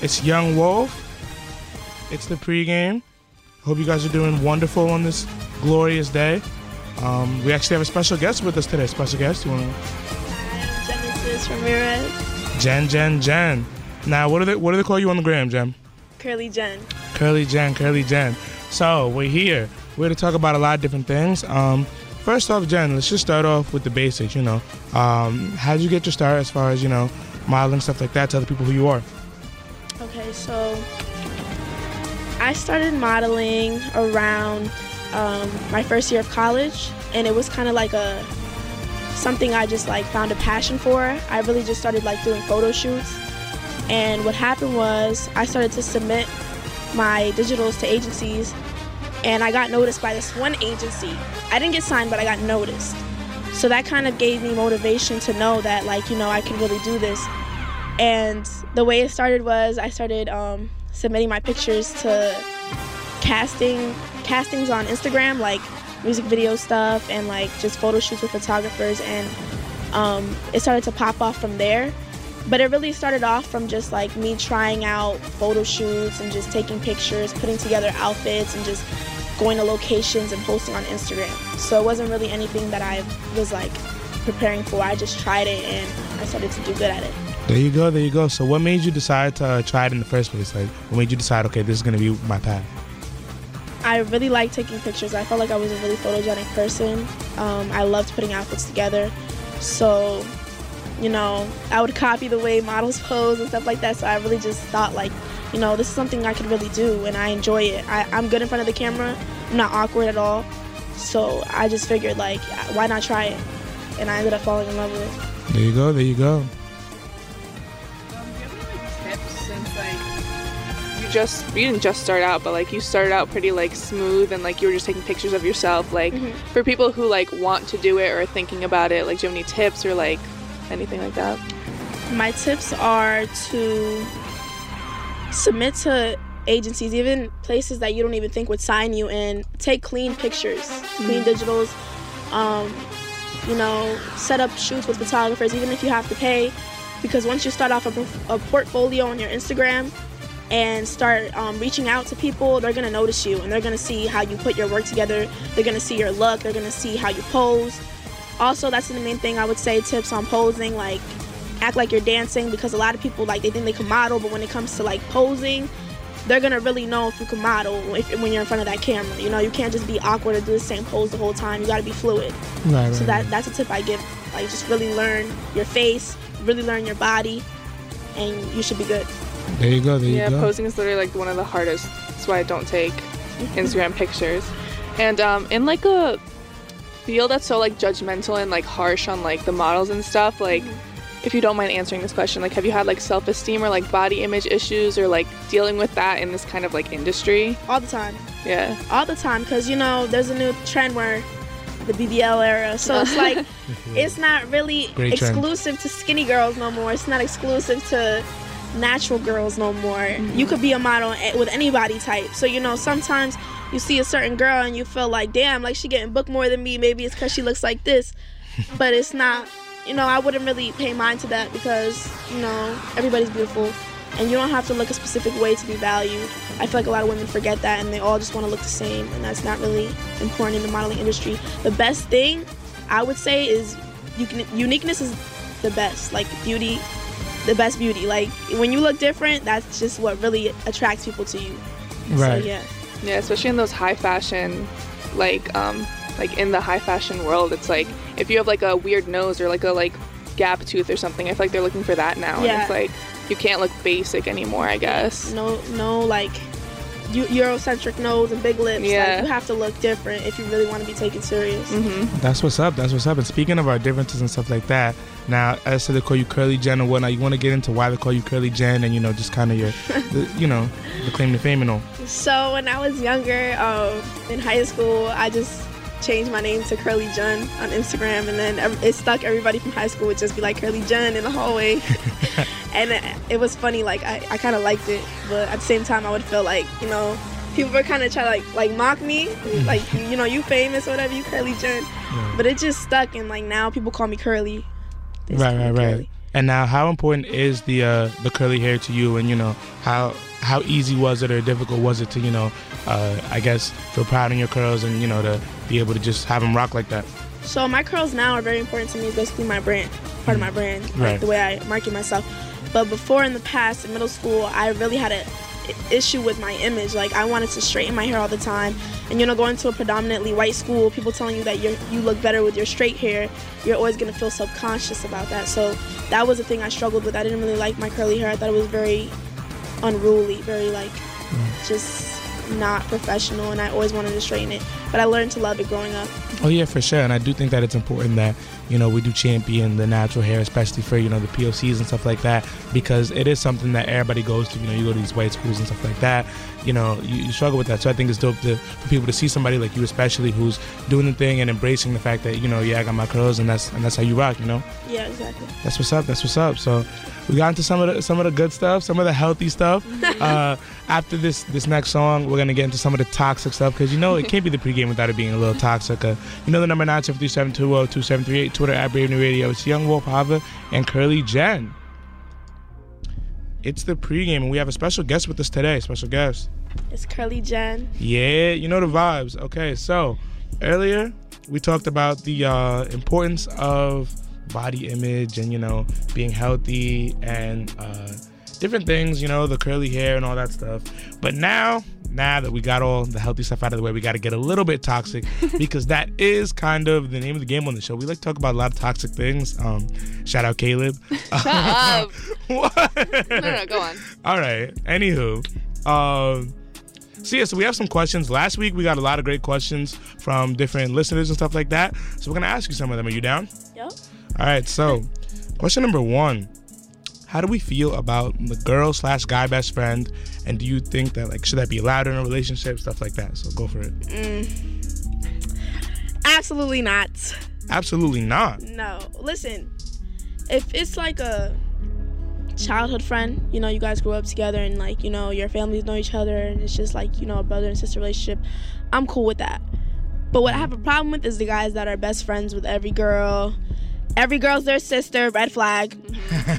It's Young Wolf. It's the pregame. Hope you guys are doing wonderful on this glorious day. Um, we actually have a special guest with us today. Special guest, you want to? Genesis Ramirez, Jen, Jen, Jen. Now, what do they what do they call you on the gram, Jen? Curly Jen. Curly Jen, Curly Jen. So we're here. We're to talk about a lot of different things. Um, first off, Jen, let's just start off with the basics. You know, um, how did you get your start as far as you know modeling stuff like that? Tell the people who you are. Okay, so I started modeling around um, my first year of college, and it was kind of like a something I just like found a passion for. I really just started like doing photo shoots, and what happened was I started to submit my digitals to agencies, and I got noticed by this one agency. I didn't get signed, but I got noticed. So that kind of gave me motivation to know that like you know I can really do this. And the way it started was I started um, submitting my pictures to casting castings on Instagram, like music video stuff and like just photo shoots with photographers, and um, it started to pop off from there. But it really started off from just like me trying out photo shoots and just taking pictures, putting together outfits, and just going to locations and posting on Instagram. So it wasn't really anything that I was like preparing for. I just tried it and I started to do good at it. There you go, there you go. So what made you decide to uh, try it in the first place? Like, what made you decide? Okay, this is gonna be my path. I really liked taking pictures. I felt like I was a really photogenic person. Um, I loved putting outfits together. So, you know, I would copy the way models pose and stuff like that. So I really just thought, like, you know, this is something I could really do and I enjoy it. I, I'm good in front of the camera, I'm not awkward at all. So I just figured, like, why not try it? And I ended up falling in love with it. There you go, there you go. Um, do you have any like tips since like you just you didn't just start out, but like you started out pretty like smooth and like you were just taking pictures of yourself. Like for people who like want to do it or are thinking about it, like do you have any tips or like anything like that? My tips are to submit to agencies, even places that you don't even think would sign you, and take clean pictures, clean digitals. Um, you know, set up shoots with photographers, even if you have to pay, because once you start off a, prof- a portfolio on your Instagram and start um, reaching out to people, they're gonna notice you and they're gonna see how you put your work together. They're gonna see your look. They're gonna see how you pose. Also, that's the main thing I would say. Tips on posing, like act like you're dancing, because a lot of people like they think they can model, but when it comes to like posing, they're gonna really know if you can model if, when you're in front of that camera. You know, you can't just be awkward or do the same pose the whole time. You gotta be fluid. Right, right, So that that's a tip I give. Like just really learn your face, really learn your body, and you should be good. right. there you go, there yeah, you go. posing is literally like one of the hardest. That's why I don't take Instagram pictures. And um, in like a field that's so like judgmental and like harsh on like the models and stuff, like Mm-hmm. if you don't mind answering this question, like have you had like self-esteem or like body image issues or like dealing with that in this kind of like industry? All the time. Yeah. All the time, because you know there's a new trend where the BBL era. So it's like it's not really Great trend. exclusive to skinny girls no more. It's not exclusive to natural girls no more. Mm-hmm. You could be a model a- with any body type. So you know, sometimes you see a certain girl and you feel like, damn, like she getting booked more than me. Maybe it's because she looks like this, but it's not. You know, I wouldn't really pay mind to that because you know everybody's beautiful. And you don't have to look a specific way to be valued. I feel like a lot of women forget that and they all just want to look the same, and that's not really important in the modeling industry. The best thing I would say is you can, uniqueness is the best. Like beauty, the best beauty. Like when you look different, that's just what really attracts people to you. right. So yeah. Yeah, especially in those high fashion, like um, like in the high fashion world, it's like if you have like a weird nose or like a like gap tooth or something, I feel like they're looking for that now. And Yeah. it's like you can't look basic anymore, I guess. No, no, like Eu- Eurocentric nose and big lips. Yeah. Like you have to look different if you really want to be taken serious. Mm-hmm. That's what's up. That's what's up. And speaking of our differences and stuff like that, now as to they call you Curly Jen and whatnot, you want to get into why they call you Curly Jen and you know just kind of your, the, you know, the claim to fame and all. So when I was younger, um, in high school, I just changed my name to Curly Jun on Instagram, and then ev- it stuck. Everybody from high school would just be like Curly Jun in the hallway, and it, it was funny. Like I, I kind of liked it, but at the same time, I would feel like you know people were kind of trying to like like mock me, like you know you famous or whatever, you Curly Jun, but it just stuck, and like now people call me Curly. They just Right, call me right, right. Curly. And now, how important is the uh, the curly hair to you? And you know, how how easy was it or difficult was it to you know, uh, I guess feel proud in your curls and you know to be able to just have them rock like that? So my curls now are very important to me. It's basically my brand, part of my brand, Right. like the way I market myself. But before in the past, in middle school, I really had a i- issue with my image. Like I wanted to straighten my hair all the time, and you know, going to a predominantly white school, people telling you that you you look better with your straight hair, you're always gonna feel subconscious about that. So that was a thing I struggled with. I didn't really like my curly hair. I thought it was very unruly, very like just not professional, and I always wanted to straighten it. But I learned to love it growing up. Oh yeah, for sure. And I do think that it's important that you know we do champion the natural hair, especially for you know the POCs and stuff like that, because it is something that everybody goes to. You know, you go to these white schools and stuff like that. You know, you, you struggle with that. So I think it's dope to, for people to see somebody like you, especially who's doing the thing and embracing the fact that you know, yeah, I got my curls, and that's and that's how you rock. You know. Yeah, exactly. That's what's up. That's what's up. So we got into some of the some of the good stuff, some of the healthy stuff. uh, after this this next song, we're gonna get into some of the toxic stuff because you know it can't be the pregame without it being a little toxic. Uh, you know the number nine seven three seven two zero two seven three eight Twitter at Brave New Radio. It's Young Wolf Hava and Curly Jen. It's the pregame, and we have a special guest with us today. Special guest. It's Curly Jen. Yeah, you know the vibes. Okay, so earlier we talked about the uh, importance of body image and you know being healthy and uh, different things. You know the curly hair and all that stuff. But now, now that we got all the healthy stuff out of the way, we got to get a little bit toxic because that is kind of the name of the game on the show. We like to talk about a lot of toxic things. Um, shout out Caleb. Up. what? Uh-uh. no, no, go on. All right. Anywho, um, so yeah, so we have some questions. Last week we got a lot of great questions from different listeners and stuff like that. So we're gonna ask you some of them. Are you down? Yep. All right. So, question number one: How do we feel about the girl slash guy best friend? And do you think that like should that be allowed in a relationship? Stuff like that. So go for it. Mm. Absolutely not. Absolutely not. No. Listen, if it's like a childhood friend, you know, you guys grew up together and like, you know, your families know each other and it's just like, you know, a brother and sister relationship, I'm cool with that. But what I have a problem with is the guys that are best friends with every girl. Every girl's their sister, red flag.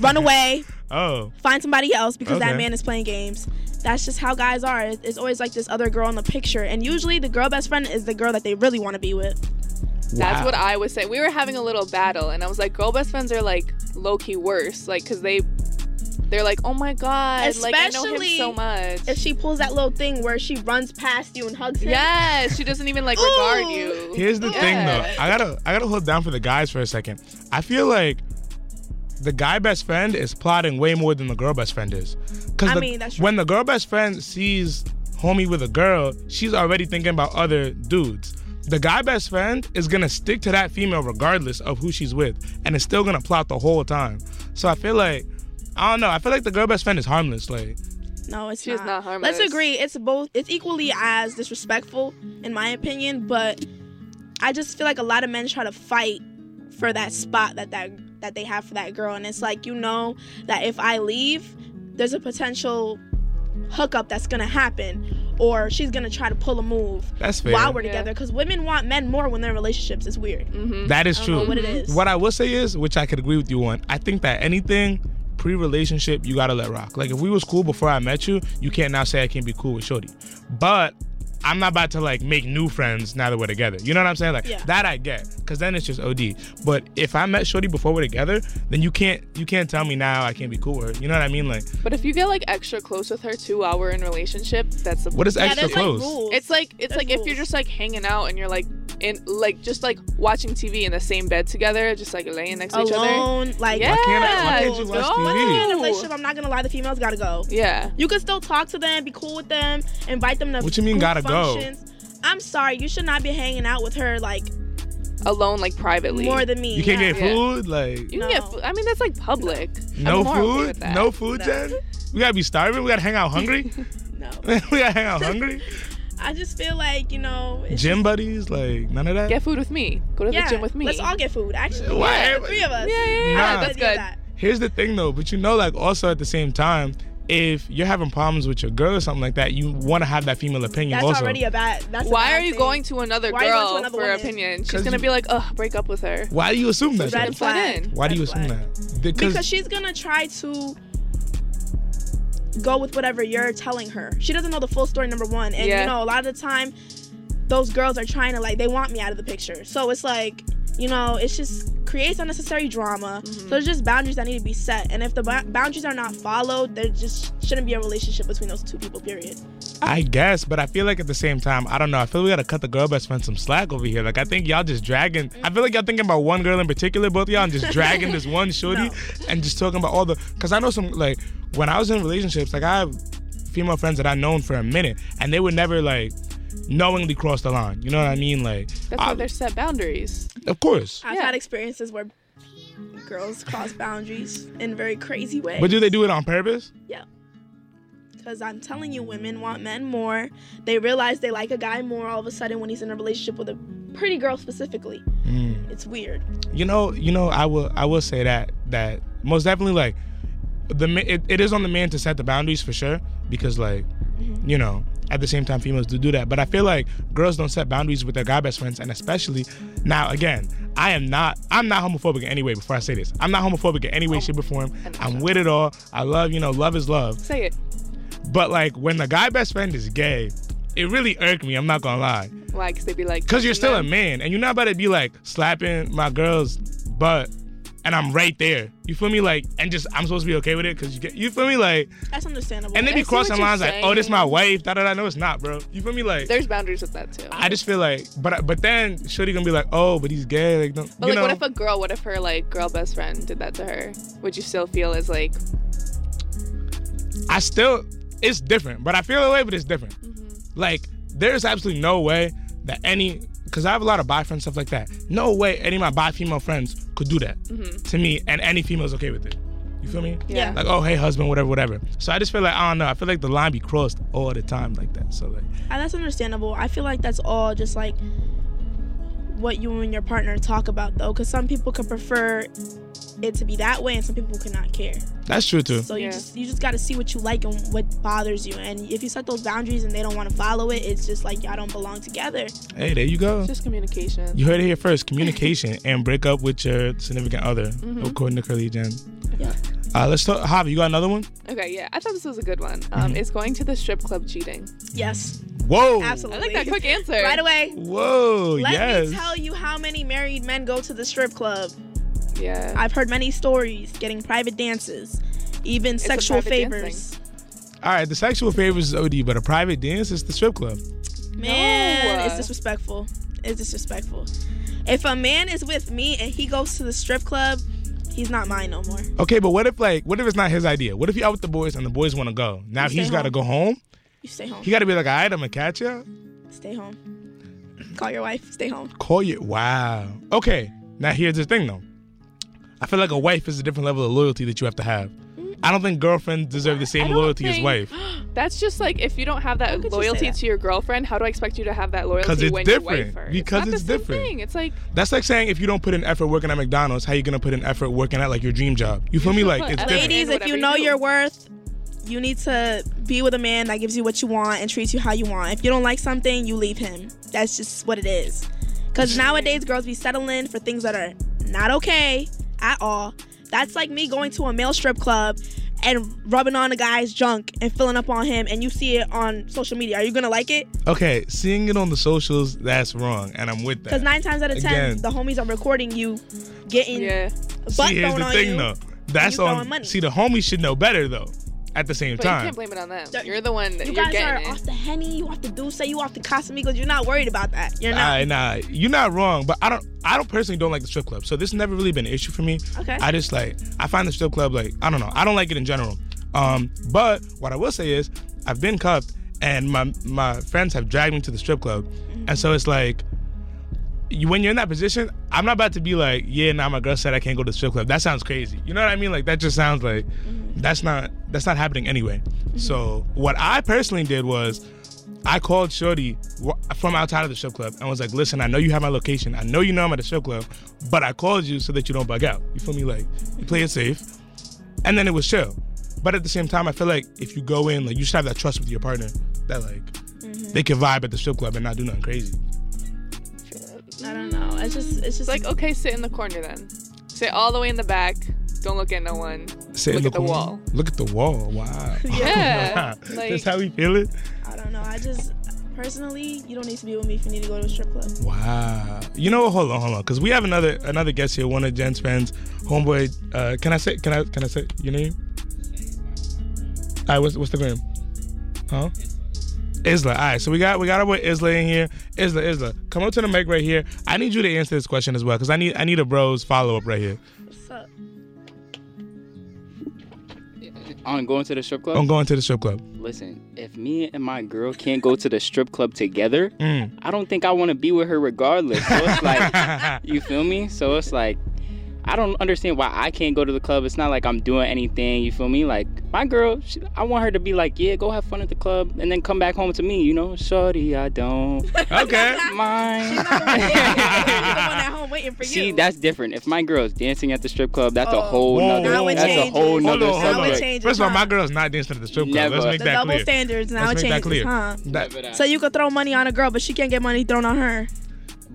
Run away. Oh, find somebody else because Okay. that man is playing games. That's just how guys are. It's it's always like this other girl in the picture, and usually the girl best friend is the girl that they really want to be with. That's Wow. what I was saying. We were having a little battle, and I was like, "Girl best friends are like low key worse, like because they, they're like, oh my god, like I know him Especially so much." If she pulls that little thing where she runs past you and hugs him, yes, she doesn't even like regard Ooh. you. Here's the thing though. I gotta I gotta hold down for the guys for a second. I feel like the guy best friend is plotting way more than the girl best friend is. Cause I the- mean, that's true. when the girl best friend sees homie with a girl, she's already thinking about other dudes. The guy best friend is gonna stick to that female regardless of who she's with, and is still gonna plot the whole time. So I feel like I don't know. I feel like the girl best friend is harmless. Like no, it's She's not harmless. Let's agree. It's both. It's equally as disrespectful, in my opinion. But I just feel like a lot of men try to fight for that spot that that that they have for that girl, and it's like you know that if I leave, there's a potential hookup that's gonna happen, or she's gonna try to pull a move. that's fair. while we're Yeah. together because women want men more when they're in relationships. It's weird. Mm-hmm. That is I don't true. know what it is. What I will say is, which I could agree with you on, I think that anything pre-relationship, you gotta let rock. Like if we was cool before I met you, you can't now say I can't be cool with Shorty. But I'm not about to like make new friends now that we're together. You know what I'm saying? Like Yeah. that I get, cause then it's just OD. But if I met Shorty before we're together, then you can't you can't tell me now I can't be cool with her. You know what I mean? Like But if you get like extra close with her two while we're in a relationship, that's a what is yeah, extra there's close? like rules. It's like it's There's like if you're rules. just like hanging out and you're like in like just like watching TV in the same bed together, just like laying next to each other. alone. Like Yeah, Why can't I- why can't you go watch TV? when I'm in a on. relationship, I'm not gonna lie. The females gotta go. Yeah. You can still talk to them, be cool with them, invite them to. What you mean group gotta go? functions. I'm sorry, you should not be hanging out with her like Alone like privately. more than me. you can't yeah. get Yeah. food, like you can get No. food. I mean that's like public. no I'm more okay food, with that. no food, No. Jen. We gotta be starving. We gotta hang out hungry. no. we gotta hang out hungry. I just feel like you know. it's Gym buddies, like none of that. Get food with me. Go to just- yeah, the gym with me. Let's all get food. Actually, Why yeah, the everybody- three of us. yeah, yeah, I'm yeah. Nah. not That's gonna do good. that. Here's the thing though, but you know, like also at the same time, if you're having problems with your girl or something like that, you want to have that female opinion That's also. already a bad. That's a Why bad are you thing. going to another Why are you going to girl another for woman? opinion? She's 'Cause gonna you- be like, ugh, break up with her. Why do you assume that? Red though? flag. Why do Red you assume flag. that? Because she's gonna try to go with whatever you're telling her. She doesn't know the full story, number one. And Yeah. you know, a lot of the time those girls are trying to like they want me out of the picture. So it's like, you know, it's just creates unnecessary drama. Mm-hmm. So there's just boundaries that need to be set. And if the ba- boundaries are not followed, there just shouldn't be a relationship between those two people, period. I guess, but I feel like at the same time, I don't know. I feel we gotta cut the girl best friend some slack over here. Like I think y'all just dragging. I feel like y'all thinking about one girl in particular, both of y'all, and just dragging this one shorty No. and just talking about all the. Cause I know some like when I was in relationships, like I have female friends that I've known for a minute, and they would never like knowingly cross the line. You know what I mean? Like, That's I- why there's set boundaries. of course. I've Yeah. had experiences where girls cross boundaries in very crazy ways. But do they do it on purpose? Because I'm telling you, women want men more. They realize they like a guy more all of a sudden when he's in a relationship with a pretty girl specifically. Mm. It's weird. you know you know i will i will say that that most definitely like the ma- it, it is on the man to set the boundaries for sure because like you know at the same time females do do that but i feel like girls don't set boundaries with their guy best friends and especially now again i am not i'm not homophobic in any way before i say this i'm not homophobic in any way shape or form i'm with it all i love you know love is love Say it. but like when the guy best friend is gay it really irked me i'm not gonna lie Why? Because they'd be like, Cause you're still a "No." man, and you're not about to be like slapping my girl's butt, and I'm right there. You feel me? Like, and just I'm supposed to be okay with it? Cause you get, you feel me? Like, That's understandable. and they I be see what crossing you're lines like, oh, this saying. my wife. Da da da. No, it's not, bro. You feel me? Like, There's boundaries with that too. I just feel like, but but then Shorty gonna be like, oh, but he's gay. Like, don't, But you like, what if know? a girl, what if her like girl best friend did that to her? Would you still feel as like, I still, it's different. But I feel the way, but it's different. Mm-hmm. Like, there's absolutely no way that any, cause I have a lot of bi friends stuff like that. No way any of my bi female friends could do that Mm-hmm. to me, and any female's okay with it. You feel me? yeah, like oh hey husband whatever whatever so i just feel like i don't know i feel like the line be crossed all the time like that so like And Uh, that's understandable. I feel like that's all just like what you and your partner talk about though, because some people could prefer it to be that way, and some people could not care. that's true too So you Yeah. just you just got to see what you like and what bothers you. And if you set those boundaries and they don't want to follow it, it's just like y'all don't belong together. hey there you go it's just communication? you heard it here first communication and break up with your significant other Mm-hmm. according to curly jen Yeah. uh let's talk javi you got another one Okay, yeah, I thought this was a good one. Um, Mm-hmm. is going to the strip club cheating? Yes, whoa I absolutely. like that quick answer. Right away. whoa Let yes me tell you how many married men go to the strip club. Yeah, I've heard many stories getting private dances, even a sexual private favors. all right the sexual favors is od but a private dance is the strip club Man, No. it's disrespectful. It's disrespectful. If a man is with me and he goes to the strip club, he's not mine no more. okay but what if like what if it's not his idea what if you're out with the boys and the boys want to go now stay he's got to home. go home You stay home. he got to be like all right i'm gonna catch ya Stay home. Call your wife. Stay home. Call you. Wow. Okay. Now here's the thing though. I feel like a wife is a different level of loyalty that you have to have. I don't think girlfriends deserve the I same don't loyalty as think- wife. That's just like if you don't have that could you say loyalty that? to your girlfriend, how do I expect you to have that loyalty 'Cause it's when you different. wife her? Because it's, not it's the same different. Thing. It's like That's like saying if you don't put in effort working at McDonald's, how you gonna put in effort working at like your dream job? You feel me? should Like put it's effort different. in. Ladies, if whatever you you know do. your worth, you need to be with a man that gives you what you want and treats you how you want. If you don't like something, you leave him. That's just what it is. Mm-hmm. Because nowadays, girls be settling for things that are not okay at all. That's like me going to a male strip club and rubbing on a guy's junk and filling up on him, and you see it on social media. Are you gonna like it? Okay, seeing it on the socials, that's wrong, and I'm with Because that. nine times out of ten, Again. the homies are recording you getting yeah, butt see, here's thrown the on thing you. though. That's you throwing on. money. See, the homies should know better though. At the same but you time, can't blame it on them. Don't- You're the one that You you're guys are getting it. off the henny, you off the Duce, you off the Casamigos. You're not worried about that. You're not. Nah, nah, you're not wrong, but I don't. I don't personally don't like the strip club, so this never really been an issue for me. Okay. I just like I find the strip club like I don't know. I don't like it in general. Um, but what I will say is I've been cuffed, and my my friends have dragged me to the strip club, Mm-hmm. and so it's like. You, when you're in that position, I'm not about to be like, yeah, now my girl said I can't go to the strip club. That sounds crazy. You know what I mean? Like that just sounds like that's not that's not happening anyway. So what I personally did was I called Shorty wa- from outside of the strip club and was like, listen, I know you have my location. I know you know I'm at the strip club, but I called you so that you don't bug out. You feel me? Like, you play it safe. And then it was chill. But at the same time, I feel like if you go in, like you should have that trust with your partner that like they can vibe at the strip club and not do nothing crazy. I don't know. It's just it's just It's like, okay, sit in the corner then. Sit all the way in the back. Don't look at no one. Sit look in at the corner. wall. Look at the wall. Wow. Yeah, Wow. like- That's how we feel it. I don't know. I just personally, you don't need to be with me if you need to go to a strip club. Wow. You know what? Hold on, hold on, because we have another another guest here. One of Jen's fans, homeboy. Uh, can I say? Can I? Can I say your name? All right. What's what's the name? Huh? Isla. All right. So we got we got our boy Isla in here. Isla, Isla, come up to the mic right here. I need you to answer this question as well, because I need I need a bros follow up right here. What's up? on going to the strip club. I'm going to the strip club. Listen, if me and my girl can't go to the strip club together, Mm. I don't think I want to be with her regardless. So it's like, you feel me? So it's like, I don't understand why I can't go to the club. It's not like I'm doing anything. You feel me? Like my girl, she, I want her to be like, yeah, go have fun at the club, and then come back home to me. You know, shorty, I don't Okay. mind. at home waiting for See, you. that's different. If my girl's dancing at the strip club, that's a Oh. whole Whoa. nother. Now it That's a changes. whole Hold nother on, hold Now it on. subject. changes, First of all, huh? my girl's not dancing at the strip club. Let's Never. make the that double clear. standards now Let's it make that changes, clear. huh? That- So you could throw money on a girl, but she can't get money thrown on her.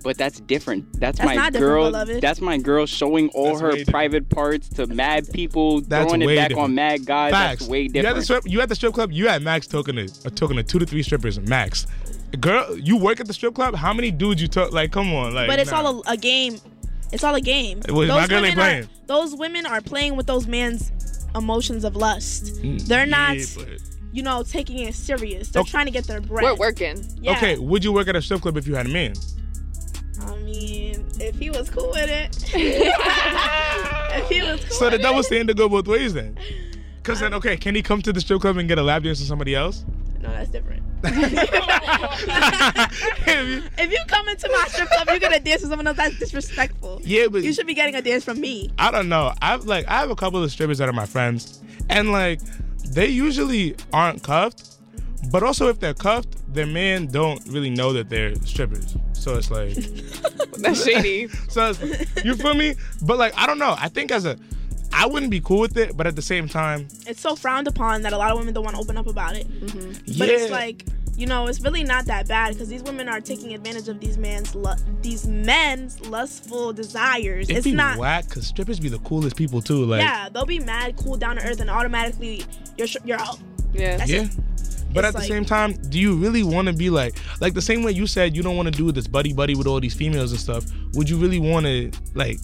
But that's different. That's, That's my not different, girl. beloved. That's my girl showing all That's way her different. private parts to mad people, That's throwing way it back different. on mad guys. Facts. That's way You at, the different. strip, you at the strip club, you at max token a, a token of two to three strippers max. Girl, you work at the strip club. How many dudes you took? Like, come on, like. But it's nah. all a, a game. It's all a game. Well, my girl ain't women playing. Are, those women are playing with those men's emotions of lust. They're not, Mm, Yeah, but- you know, taking it serious. They're Okay. trying to get their bread. We're working. Yeah. Okay, would you work at a strip club if you had a man? I mean, if he was cool with it. if he was cool So the with double it. standard go both ways then. Cause then, okay, can he come to the strip club and get a lap dance with somebody else? No, that's different. yeah, If you come into my strip club, you're gonna dance with someone else. That's disrespectful. but You should be getting a dance from me. I don't know. I've like I have a couple of strippers that are my friends, and like they usually aren't cuffed, but also if they're cuffed, their men don't really know that they're strippers. So it's like, That's shady. so it's, you feel me? But like I don't know. I think as a, I wouldn't be cool with it, but at the same time, It's so frowned upon that a lot of women don't want to open up about it. yeah. But it's like, you know, it's really not that bad because these women are taking advantage of these men's lu- these men's lustful desires. It'd it's be not. whack because strippers be the coolest people too. Like yeah, they'll be mad, cool, down to earth, and automatically you're sh- you're out. Yeah. That's Yeah. But It's at the like- same time, do you really want to be like, like the same way you said you don't want to do this buddy buddy with all these females and stuff? Would you really want to like,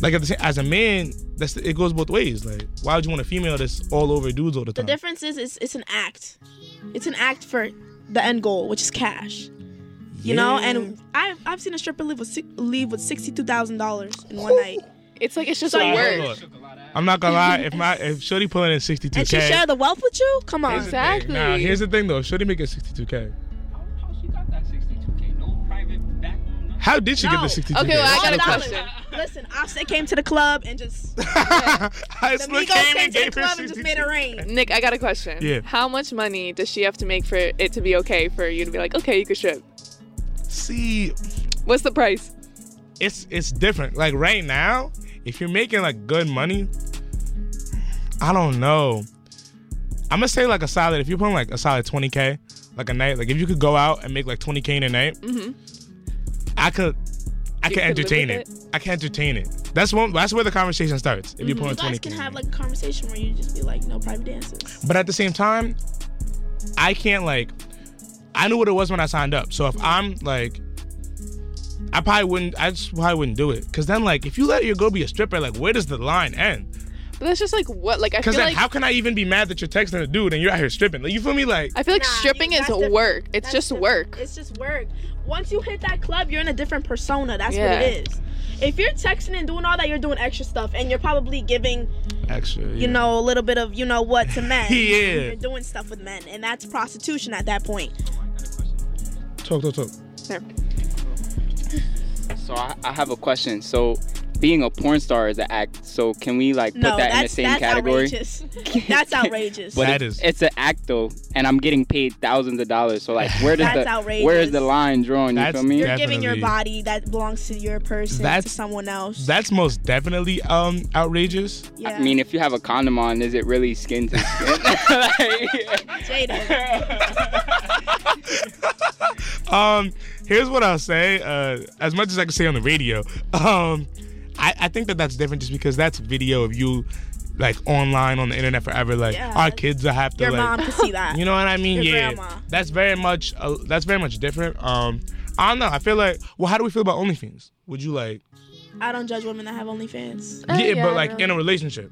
like at the same, as a man, that's it goes both ways. Like, why would you want a female that's all over dudes all the The time? difference is it's, it's an act. It's an act for the end goal, which is cash. You know, and I I've seen a stripper leave with si- leave with sixty two thousand dollars in one night, It's like it's just So a you- word. Hold on. I'm not gonna lie. If my if Shorty pulling in 62k, and she shared the wealth with you. Come on, here's the thing. Nah, Exactly. here's the thing though. Shorty making 62k. How she got that 62k? No private back How did she No. get the 62k? Okay, well, I got All a dollars. question. Listen, Offset came to the club and just the I slipped Migos came came and to the gave her club and just made it 62K. rain. Nick, I got a question. Yeah. How much money does she have to make for it to be okay for you to be like, okay, you could strip? See, What's the price? it's it's different. Like right now, if you're making like good money, I don't know. I'm gonna say like a solid. If you're putting like a solid 20k, like a night, like if you could go out and make like 20k in a night, I could, I could Mm-hmm. You could live entertain it. with I can entertain it. That's one. That's where the conversation starts. If you're Mm-hmm. You putting guys 20k, can in a have night. like a conversation where you just be like, no private dances. But at the same time, I can't like. I knew what it was when I signed up. So if I'm like, I probably wouldn't. I just probably wouldn't do it. Cause then like, if you let your girl be a stripper, like, where does the line end? But that's just like what, like I feel Cause then like how can I even be mad that you're texting a dude and you're out here stripping? Like, you feel me? Like, I feel like Nah, stripping you- is that's diff- work. It's That's just different. work. It's just work. Once you hit that club, you're in a different persona. That's Yeah. what it is. If you're texting and doing all that, you're doing extra stuff, and you're probably giving, extra. you know, a little bit of, you know, what to men. Yeah. You're doing stuff with men, and that's prostitution at that point. talk, talk, talk. So I, I have a question. So being a porn star is an act. So can we like put no, that in the that's same that's category? outrageous. That's outrageous. But That it's, is- it's an act though, and I'm getting paid thousands of dollars. So like, where does That's the outrageous. where is the line drawn? You That's- feel me? You're giving your Definitely. body that belongs to your person to That's- someone else. That's most definitely um outrageous. yeah. I mean, if you have a condom on, is it really skin to skin? Like- Jada. Um, here's what I'll say. Uh, as much as I can say on the radio, um, I, I think that that's different just because that's video of you, like online on the internet forever. Like Yeah. our kids are have to Your like. mom could see that. You know what I mean? Your yeah. grandma. That's very much. Uh, that's very much different. Um, I don't know. I feel like. Well, how do we feel about OnlyFans? Would you like? I don't judge women that have OnlyFans. Uh, yeah, but yeah, like really. in a relationship.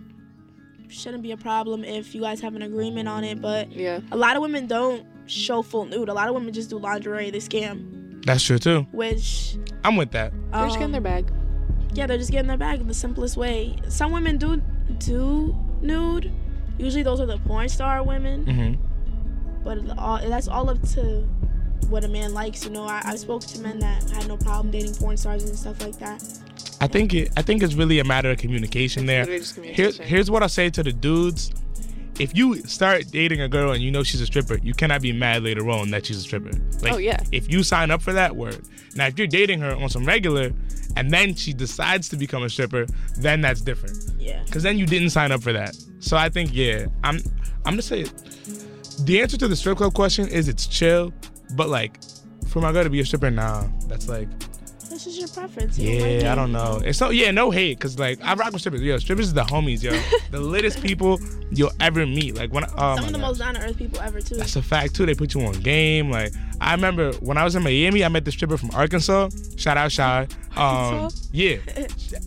Shouldn't be a problem if you guys have an agreement on it, but Yeah. a lot of women don't show full nude. A lot of women just do lingerie, they scam, That's true too. which I'm with that. um, They're just getting their bag. yeah, they're just getting their bag in the simplest way. Some women do do nude. Usually those are the porn star women, Mm-hmm. but it all, that's all up to what a man likes. You know, I, I spoke to men that had no problem dating porn stars and stuff like that. I think it. I think it's really a matter of communication there. literally just Here, communication. here's what I say to the dudes. If you start dating a girl and you know she's a stripper, you cannot be mad later on that she's a stripper. Like, Oh, yeah. If you sign up for that word. Now, if you're dating her on some regular and then she decides to become a stripper, then that's different. Yeah. Cause then you didn't sign up for that. So I think yeah, I'm I'm gonna say the answer to the strip club question is it's chill, but like for my girl to be a stripper, nah, that's like That's just your preference. You like yeah, I it. don't know. It's so yeah, no hate, cause like I rock with strippers. Yo, strippers is the homies, yo, the littest people you'll ever meet. Like when oh my Some of the God. most down to earth people ever too. That's a fact too. They put you on game. Like I remember when I was in Miami, I met the stripper from Arkansas. Shout out Shy. Um, Arkansas? yeah,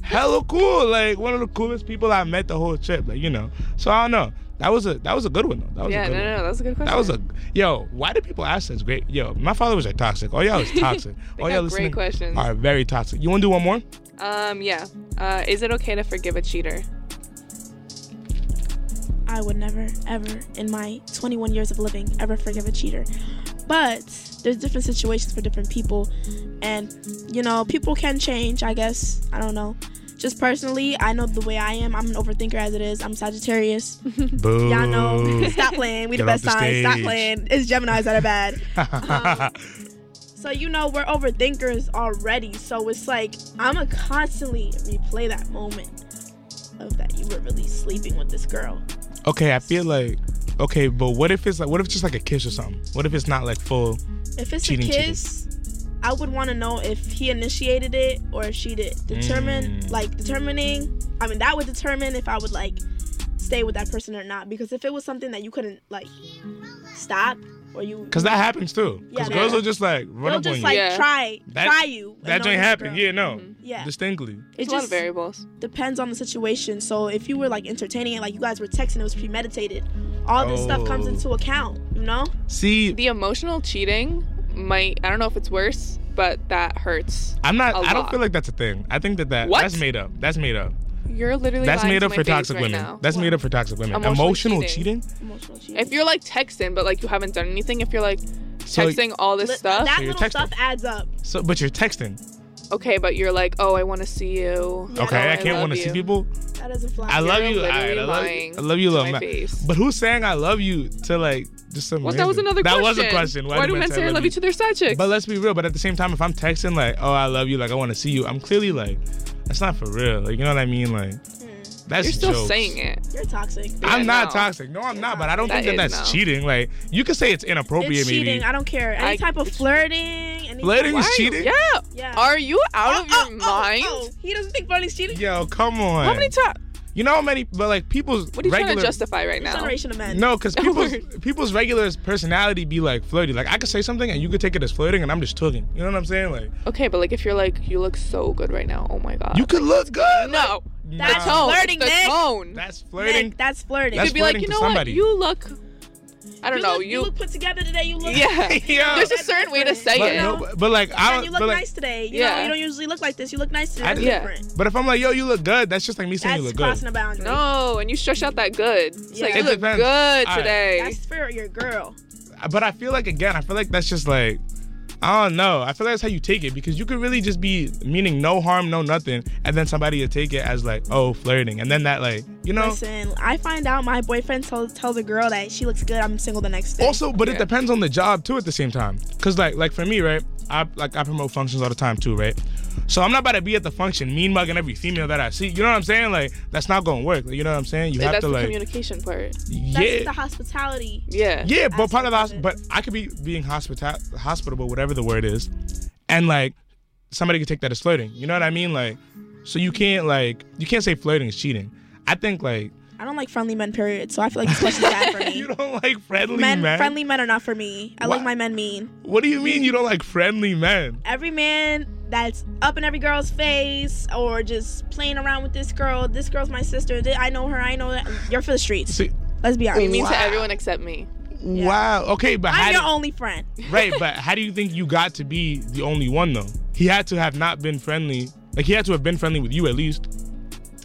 hella cool. Like one of the coolest people I met the whole trip. Like you know. So I don't know. That was a that was a good one though. That was Yeah, a good no, one. no, no. That's a good question. That was a yo. Why do people ask us? Great, yo. My followers are toxic. All y'all is toxic. They All got y'all great listening questions. are very toxic. You want to do one more? Um, yeah. Uh, is it okay to forgive a cheater? I would never, ever, in my 21 years of living, ever forgive a cheater. But there's different situations for different people, and you know, people can change. I guess I don't know. Just personally, I know the way I am. I'm an overthinker as it is. I'm Sagittarius. Boo. Y'all know. Stop playing. We the Get off best the signs. Stop stage. playing. It's Gemini's that are bad. So you know we're overthinkers already. So it's like I'ma constantly replay that moment of that you were really sleeping with this girl. okay, I feel like. Okay, but what if it's like what if it's just like a kiss or something? What if it's not like full? If it's Cheating, a kiss, I would want to know if he initiated it or if she did. Determine, Mm. like determining. I mean, that would determine if I would like stay with that person or not. Because if it was something that you couldn't like stop or you, Cause that happens too. Yeah, Cause that- girls will just like run they'll up on just you. like Yeah. try, That- try you. and that know joint this happened. girl. Mm-hmm. Yeah, no, Mhm. yeah. distinctly. It It's a lot of just variables. depends on the situation. So if you were like entertaining it, like you guys were texting, it was premeditated. All this stuff comes Oh. into account. You know, See, The emotional cheating might, I don't know if it's worse, but that hurts. I'm not. A I don't lot. feel like that's a thing. I think that, that What? that's made up. That's made up. You're literally that's lying made to up my for face toxic right women. now. That's made up for toxic women. Emotional Emotional cheating. cheating. emotional cheating. If you're like texting, but like you haven't done anything, if you're like So- texting all this Li- stuff, that So you're little texting. stuff adds up. So, but you're texting. okay, but you're like, oh, I want to see you. Oh, Yeah, okay, no, I, I can't love want to see you. people. That doesn't fly. I love you. literally alright, I love you. lying I love you, to love my Matt. face. But who's saying I love you to like just some? Well, that was random- another that question. was a question. Why, do men say I love each other? Side chicks. But let's be real. But at the same time, if I'm texting like, "Oh, I love you," like I want to see you, I'm clearly like, that's not for real. Like you know what I mean? Like that's Hmm. you're still jokes. saying it. You're toxic. I'm Yeah, not no. toxic. No, I'm not. But I don't That think that is that's no. cheating. Like you could say it's inappropriate, it's cheating. maybe. I don't care. Any I- type of flirting. Any Flirting Why is are you- cheating. Yeah. Yeah. Are you out Oh, of your oh, oh, mind? oh. He doesn't think Bernie's cheating. Yo, come on. How many times? You know how many? But like people's What are you regular. trying to justify right now? Generation of men. No, because people's Word. people's regular personality be like flirty. Like I could say something and you could take it as flirting, and I'm just talking. You know what I'm saying? Like Okay, but like if you're like, you look so good right now. Oh my god. you could look good. like, no. Uh, That's nah, Tone. flirting, The Nick. tone. That's flirting. Nick, that's flirting. That's You'd be like, flirting you to know what? somebody. You look. I don't you know. Look, you, you look put together today. You look. Yeah. Yeah. There's a That's certain way to different. say but, it. no, but, but, like I Man, don't. you look but, like, nice today. You Yeah. know, you don't usually look like this. You look nice today. I That's just- different. but if I'm like, yo, you look good, that's just like me saying That's you look crossing good. a boundary. No, and you stretch out that good. It's Yeah. like It you look depends. good All right. today. That's for your girl. But I feel like again, I feel like that's just like I don't know. I feel like that's how you take it because you could really just be meaning no harm, no nothing, and then somebody will take it as like, oh, flirting, and then that like, you know. Listen, I find out my boyfriend tells tells a girl that she looks good. I'm single the next day. Also, but it Yeah. depends on the job too. At the same time, cause like like for me, right? I like I promote functions all the time too, right? So I'm not about to be at the function mean mugging every female that I see. You know what I'm saying? Like that's not gonna work. Like, you know what I'm saying? You have that's to the like, communication part. That's yeah, the hospitality. Yeah. yeah. But part of the hos- aspect of but I could be being hospita- hospitable, whatever the word is, and like somebody could take that as flirting. You know what I mean? Like, so you can't like you can't say flirting is cheating. I think like I don't like friendly men. Period. So I feel like this question's bad for you me. don't like friendly Men, men. friendly men are not for me. I like Why? my men mean. What do you mean you don't like friendly men? every man that's up in every girl's face or just playing around with this girl. This girl's my sister. th- I know her. I know that. You're for the streets. See, Let's be honest. You mean Wow. to everyone except me? Wow. Okay, but how I'm your do- only friend. right, but how do you think you got to be the only one though? He had to have not been friendly. Like he had to have been friendly with you at least.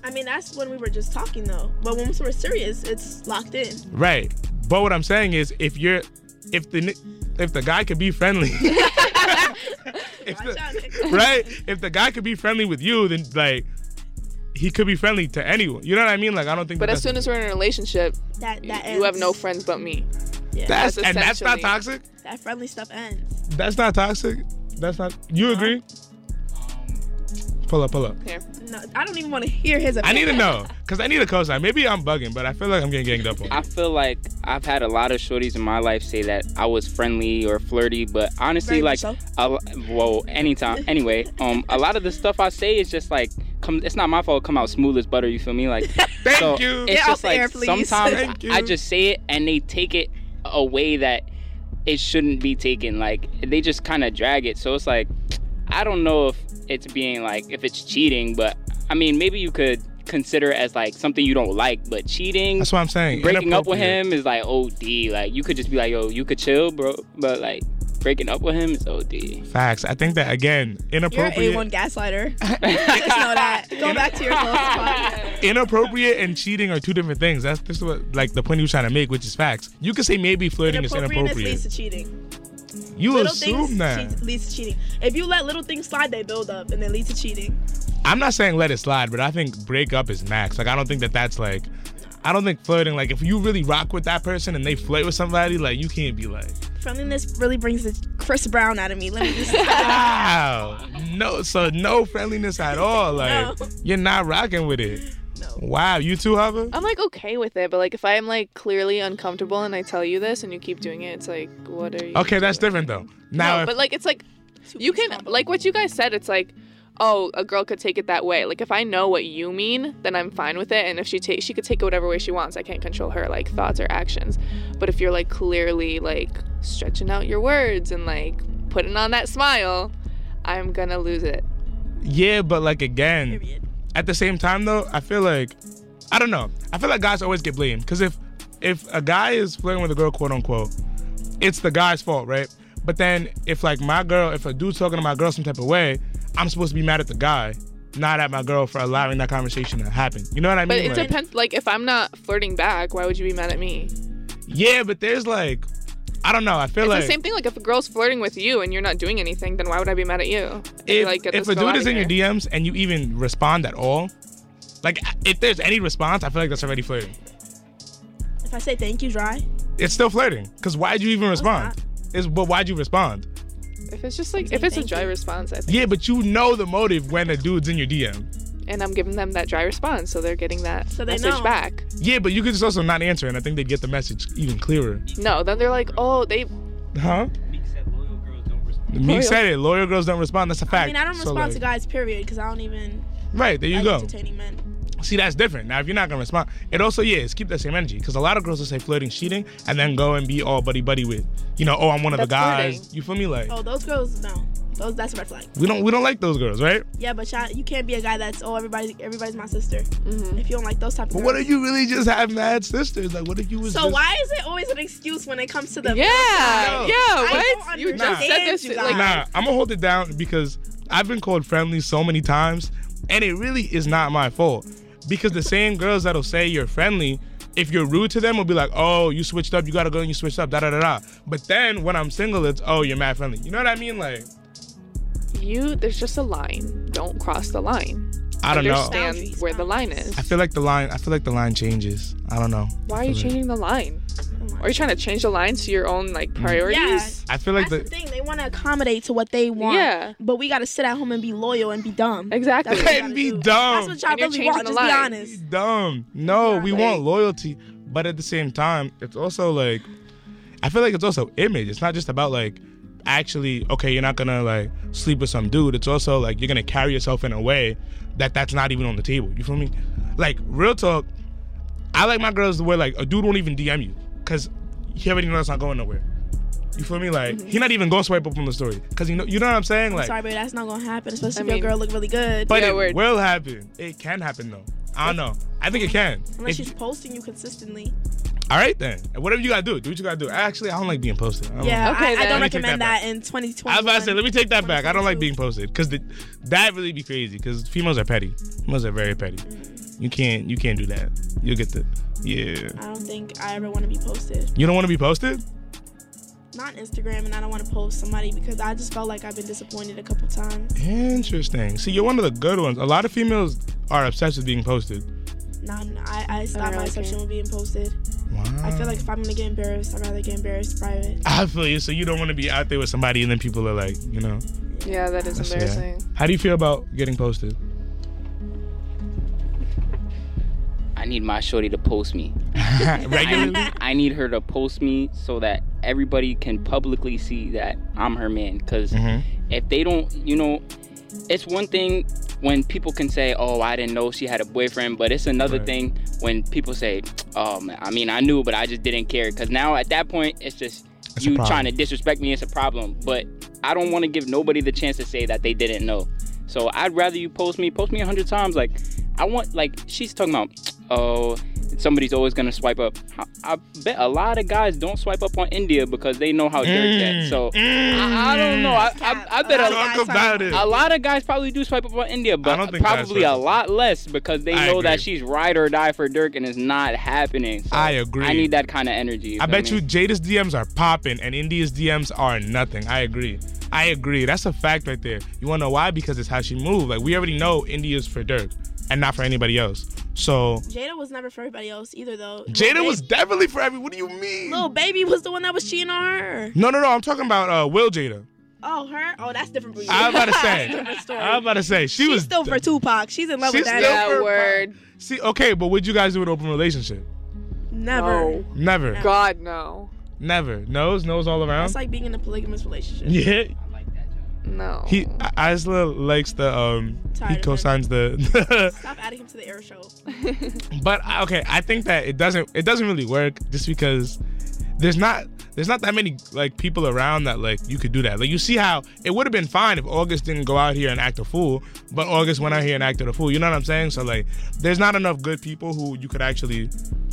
I mean, that's when we were just talking though. But once we're serious, it's locked in. Right. But what I'm saying is if you're if the ni- if the guy could be friendly if Watch out, the, nigga. right? If the guy could be friendly with you, then like he could be friendly to anyone. You know what I mean? Like I don't think But that as soon as we're in a relationship, That you that ends. you have no friends but me. Yeah, that, that's, that's and that's not essentially- toxic. friendly stuff ends. That's not toxic. That's not You agree? Pull up, pull up. Here. No, I don't even want to hear his. I need Opinion. to know because I need a cosign. Maybe I'm bugging, but I feel like I'm getting ganged up on. I feel like I've had a lot of shorties in my life say that I was friendly or flirty, but honestly, Very like, much so. a, lo- whoa, anytime, anyway, um, a lot of the stuff I say is just like, come, it's not my fault. Come out smooth as butter. You feel me? Like, Thank so you. It's Get off just the like air, please. sometimes Thank you. I just say it and they take it a way that it shouldn't be taken. Like they just kind of drag it. So it's like I don't know if it's being like if it's cheating, but I mean maybe you could consider it as like something you don't like, but cheating. That's what I'm saying. Breaking up with Inappropriate. him is like OD. Like you could just be like, yo, you could chill, bro. But like breaking up with him is OD. Facts. I think that again, You're a inappropriate, one gaslighter. Just know that. Go back to your close spot. inappropriate and cheating are two different things. That's this is what like the point he was trying to make, which is facts. You could say maybe flirting is Inappropriateness leads inappropriate. to cheating. You little assume things that. che- leads to cheating. If you let little things slide, they build up and they lead to cheating. I'm not saying let it slide, but I think break up is max. Like I don't think that that's like. I don't think flirting. Like if you really rock with that person and they flirt with somebody, like you can't be like. Friendliness really brings the Chris Brown out of me. Let me just Wow. No, so no friendliness at all. Like No. you're not rocking with it. no. Wow, you too, Hover? I'm like okay with it, but like if I'm like clearly uncomfortable and I tell you this and you keep doing it, it's like what are you? Okay, that's different though. Now, Oh. no, if, but like it's like you can like what you guys said. It's like oh, a girl could take it that way. Like if I know what you mean, then I'm fine with it. And if she take she could take it whatever way she wants. I can't control her like thoughts or actions. But if you're like clearly like stretching out your words and like putting on that smile, I'm gonna lose it. yeah, but like again, Period. at the same time though, I feel like I don't know. I feel like guys always get blamed because if if a guy is flirting with a girl, quote unquote, it's the guy's fault, right? But then if like my girl, if a dude's talking to my girl some type of way, I'm supposed to be mad at the guy, not at my girl for allowing that conversation to happen. You know what I But mean? it Like- depends. Like if I'm not flirting back, why would you be mad at me? Yeah, but there's like, I don't know. I feel It's like the same thing. Like if a girl's flirting with you and you're not doing anything, then why would I be mad at you? I'd be if, like, "Get if this a girl dude outta is in your here." DMs and you even respond at all, like if there's any response, I feel like that's already flirting. If I say thank you, dry. It's still flirting because why'd you even respond? It's but why'd you respond? if it's just like saying if it's a thank dry you. response, I think, Yeah, but you know the motive when a dude's in your DM. and I'm giving them that dry response, so they're getting that So they message know. back. Yeah, but you could just also not answer, and I think they'd get the message even clearer. No, then they're like, oh, they. Huh? Loyal. Meek said it. Loyal girls don't respond. That's a fact. I mean, I don't So, respond to like, guys, period, because I don't even Right there you like go. entertaining men. See, that's different. Now, if you're not gonna respond, it also yeah, it's keep that same energy because a lot of girls will say flirting, cheating, and then go and be all buddy buddy with, you know, oh I'm one of the That's guys. You feel me? Like Oh, those girls, no. Those that's a red flag. we don't we don't like those girls, right? Yeah, but y'all- you can't be a guy that's oh everybody everybody's my sister. If you don't like those type of Mm-hmm. But what girls. if you really just have mad sisters? Like what if you was so just, why is it always an excuse when it comes to the Yeah, No. yeah. I What? don't You just understand said this. you Like, guys. Nah, I'm gonna hold it down because I've been called friendly so many times, and it really is not my fault because the same girls that'll say you're friendly, if you're rude to them, will be like, oh, you switched up, you gotta go and you switched up, da da da da. But then when I'm single, it's oh, you're mad friendly. You know what I mean? Like, You, there's just a line. Don't cross the line. I don't know. Understand Boundaries, where the line I is. feel like the line. I feel like the line changes. I don't know. Why are you Feel like- changing the line? Oh my Are you trying to change the line to your own Mm. like priorities? I feel like That's the, the. thing. They want to accommodate to what they want. Yeah. But we got to sit at home and be loyal and be dumb. Exactly. That's what we And gotta be do. dumb. That's what y'all And you're really want. changing the Just be line. Be honest. dumb. No, we Like- want loyalty, but at the same time, it's also like I feel like it's also image. It's not just about like actually okay, you're not gonna like sleep with some dude. It's also like you're gonna carry yourself in a way that that's not even on the table. You feel me? Like real talk, I like my girls the way like a dude won't even DM you because he already knows it's not going nowhere. You feel me? Like Mm-hmm. he not even gonna swipe up on the story because you know you know what I'm saying? Like, Sorry, but that's not gonna happen. Especially I if mean- your girl look really good. but Yeah, it word. will happen. It can happen though. I don't know. I think it can. Unless If- she's posting you consistently. All right then. Whatever you gotta do, do what you gotta do. Actually, I don't like being posted. I don't Yeah, Okay, I, I then. Let don't me take recommend that that, in 2020. Oh. I was about to say, let me take that back. I don't like being posted because that really be crazy. Because females are petty. Females are very petty. You can't you can't do that. You'll get the yeah. I don't think I ever want to be posted. You don't want to be posted. Not Instagram, and I don't want to post somebody because I just felt like I've been disappointed a couple times. Interesting. See, you're one of the good ones. A lot of females are obsessed with being posted. Nah, nah, I, I stopped really my section care. with being posted. Wow. I feel like if I'm gonna get embarrassed, I'd rather get embarrassed private. I feel you. So you don't want to be out there with somebody, and then people are like, you know, Yeah, that is That's- yeah. embarrassing. how do you feel about getting posted? I need my shorty to post me. Regularly. I, I need her to post me so that everybody can publicly see that I'm her man. Because Mhm. if they don't, you know, it's one thing when people can say, "Oh, I didn't know she had a boyfriend," but it's another Right. thing when people say, "Oh, man, I mean, I knew, but I just didn't care." Because now at that point, it's just It's a you problem. trying to disrespect me. It's a problem. But I don't want to give nobody the chance to say that they didn't know. So I'd rather you post me, post me a hundred times. Like I want, like she's talking about, oh, somebody's always gonna swipe up. I, I bet a lot of guys don't swipe up on India because they know how dirty that. Mm. So I, I don't know. I, I, I bet A lot of a, guys Talk about it. a lot of guys probably do swipe up on India, but don't think guys probably swipe a up. lot less because they I know that agree. she's ride or die for Dirk, and it's not happening. So I agree. I need that kind of energy. I bet you Jada's DMs are popping and India's DMs are nothing. I agree. I agree. That's a fact right there. You wanna know why? Because it's how she moved. Like we already know India's for Dirk and not for anybody else. So Jada was never for everybody else either, though. Lil Jada Ba- was definitely for every. What do you mean? Lil Baby was the one that was cheating on her. No, no, no. I'm talking about uh, Will Jada. Oh, her? Oh, that's different. breed. I was about to say. different story. I was about to say she She's was still for Tupac. She's in love She's with that. still- ass. That for- word. See, okay, but would you guys do an open relationship? Never. No. Never, God no. never. No's, no's all around. That's like being in a polygamous relationship. yeah, No. he I- Isla likes the um. Tired He of him. co-signs the. Stop adding him to the air show. But I- okay, I think that it doesn't it doesn't really work just because there's not there's not that many like people around that like you could do that. Like you see how it would have been fine if August didn't go out here and act a fool, but August went out here and acted a fool. You know what I'm saying? So like there's not enough good people who you could actually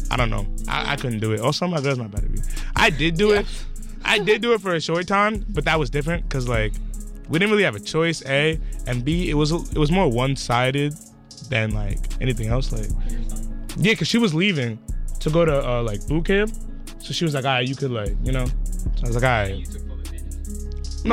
I don't know. I, I couldn't do it. Also my girl's my better be. I did do it. I did do it for a short time, but that was different because like we didn't really have a choice, A, and B, it was it was more one sided than like anything else. Like yeah, cause she was leaving to go to uh, like boot camp, so she was like, "All right, you could like, you know." So I was like, "All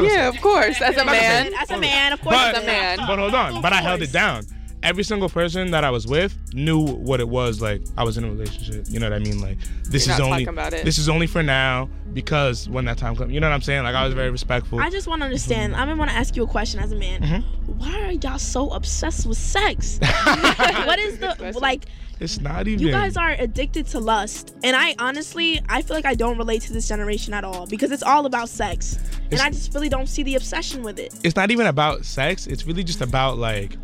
right." yeah, of course. As a man. As a man, of course. But, as a man. but hold on, but I held it down. Every single person that I was with knew what it was like. I was in a relationship. You know what I mean? Like this You're is not only talking about it. this is only for now because when that time comes, you know what I'm saying? Like I was very respectful. I just want to understand. I want to ask you a question as a man. Mm-hmm. Why are y'all so obsessed with sex? what is the question. like? it's not even. You guys are addicted to lust, and I honestly, I feel like I don't relate to this generation at all because it's all about sex, and It's- I just really don't see the obsession with it. it's not even about sex. It's really just about like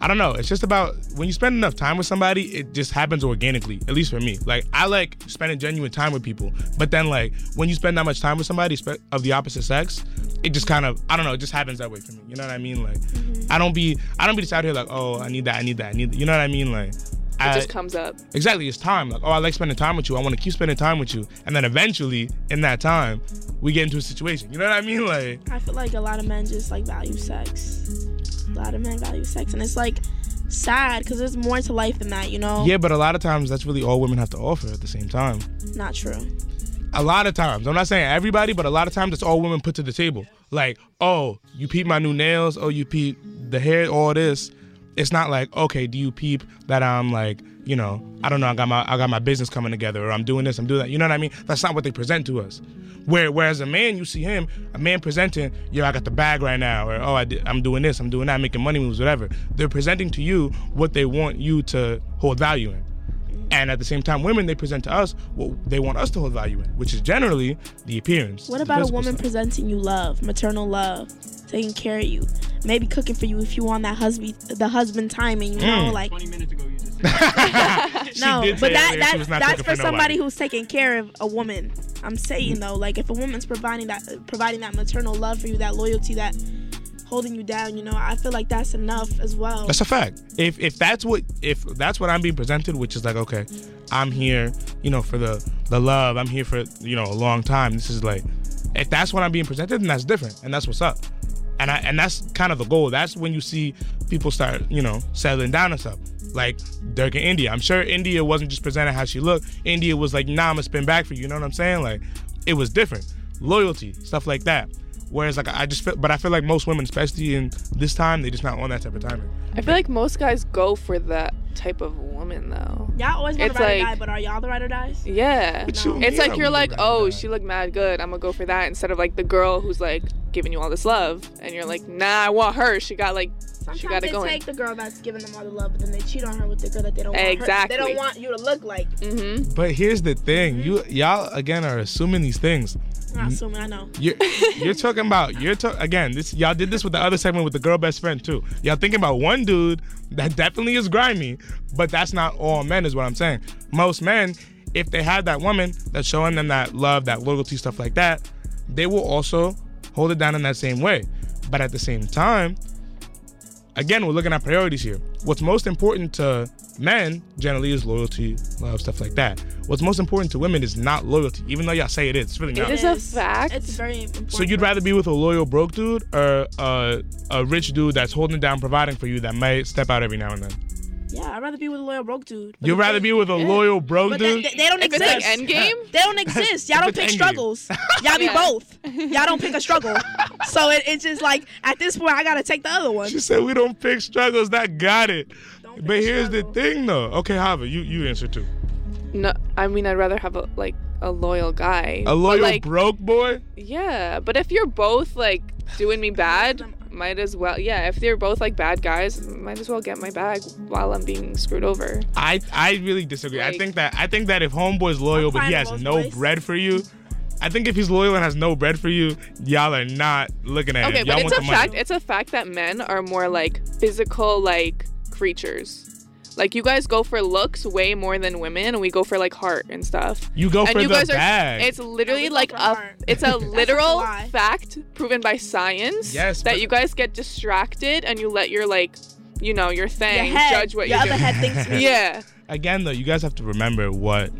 I don't know. It's just about when you spend enough time with somebody, it just happens organically. At least for me, like I like spending genuine time with people. But then like when you spend that much time with somebody spe- of the opposite sex, it just kind of I don't know. It just happens that way for me. You know what I mean? Like Mm-hmm. I don't be I don't be just out here like oh I need that I need that I need that. you know what I mean like. I, It just comes up. Exactly, it's time. Like, oh, I like spending time with you. I want to keep spending time with you, and then eventually, in that time, we get into a situation. You know what I mean? Like, I feel like a lot of men just like value sex. A lot of men value sex, and it's like sad because there's more to life than that, you know? Yeah, but a lot of times that's really all women have to offer at the same time. Not true. A lot of times. I'm not saying everybody, but a lot of times that's all women put to the table. Like, oh, you peep my new nails, oh you peep the hair, all this. It's not like, okay, do you peep that I'm like, you know, I don't know, I got my I got my business coming together or I'm doing this, I'm doing that. You know what I mean? That's not what they present to us. Where whereas a man, you see him, a man presenting, yo, I got the bag right now, or oh, I did, I'm doing this, I'm doing that, making money moves, whatever. They're presenting to you what they want you to hold value in. And at the same time, women they present to us what they want us to hold value in, which is generally the appearance. What the about a physical woman stuff. presenting you love, maternal love, taking care of you, maybe cooking for you if you want that husband the husband timing, you know, like 20 minutes ago, you just said. She no, did but say that, earlier she that was not that's cooking for somebody nobody. who's taking care of a woman. I'm saying though, like if a woman's providing that providing that maternal love for you, that loyalty, that holding you down, you know, I feel like that's enough as well. That's a fact. If if that's what if that's what I'm being presented, which is like, okay, I'm here, you know, for the the love. I'm here for you know a long time. This is like, if that's what I'm being presented, then that's different, and that's what's up. And I and that's kind of the goal. That's when you see people start, you know, settling down and stuff. Like Dirk and India. I'm sure India wasn't just presented how she looked. India was like, nah, I'ma spin back for you. You know what I'm saying? Like, it was different. Loyalty, stuff like that. Whereas like I just feel, but I feel like most women, especially in this time, they just not on that type of timing. I feel like most guys go for that type of woman though. y'all always want It's to ride or like- die, but are y'all the ride or dies? Yeah. What you It's mean I like you're wouldn't like, rather oh, die? she looked mad good. I'm gonna go for that instead of like the girl who's like giving you all this love, and you're like, nah, I want her. She got like, she Sometimes got they it going. take the girl that's giving them all the love, but then they cheat on her with the girl that they don't want. Her, they Exactly. don't want you to look like. hmm But here's the thing, you y'all again are assuming these things. I'm not assuming I know. You're you're talking about you're ta- again this y'all did this with the other segment with the girl best friend too. Y'all thinking about one dude that definitely is grimy, but that's not all men is what I'm saying. Most men, if they have that woman that's showing them that love, that loyalty, stuff like that, they will also hold it down in that same way. But at the same time, again, we're looking at priorities here. What's most important to men generally is loyalty, love, stuff like that. What's most important to women is not loyalty, even though y'all say it is. It's really not. is a fact. It's very important. So you'd rather be with a loyal broke dude or uh, a rich dude that's holding it down, providing for you that might step out every now and then. Yeah, I'd rather be with a loyal broke dude. But You'd the rather thing- be with a loyal broke But they, dude. they, they don't If it's exist. like Endgame, They don't exist. Y'all If don't it's pick endgame. struggles. Y'all be Yeah. both. Y'all don't pick a struggle. So it, it's just like at this point, I gotta take the other one. she said we don't pick struggles. That got it. Don't pick But here's struggle. the thing, though. Okay, Hava, you you answer too. no, I mean, I'd rather have a like a loyal guy. A But, loyal like, broke boy. Yeah, but if you're both like doing me bad, might as well. Yeah, if they're both like bad guys, might as well get my bag while I'm being screwed over. I I really disagree. I Like- think that I think that if homeboy's loyal I'm but he fine has with no boys. bread for you, I think if he's loyal and has no bread for you, y'all are not looking at Okay, him. Y'all but it's want a the money. fact. It's a fact that men are more like physical like creatures. Like you guys go for looks way more than women, and we go for like heart and stuff. You go and for you the guys bag. are. It's literally Yeah, we go like for a. heart. It's a literal lie. fact proven by science. Yes, That but- you guys get distracted and you let your like, you know, your Your thing head, judge what your you're other doing. head thinks. for you. Yeah. again though you guys have to remember what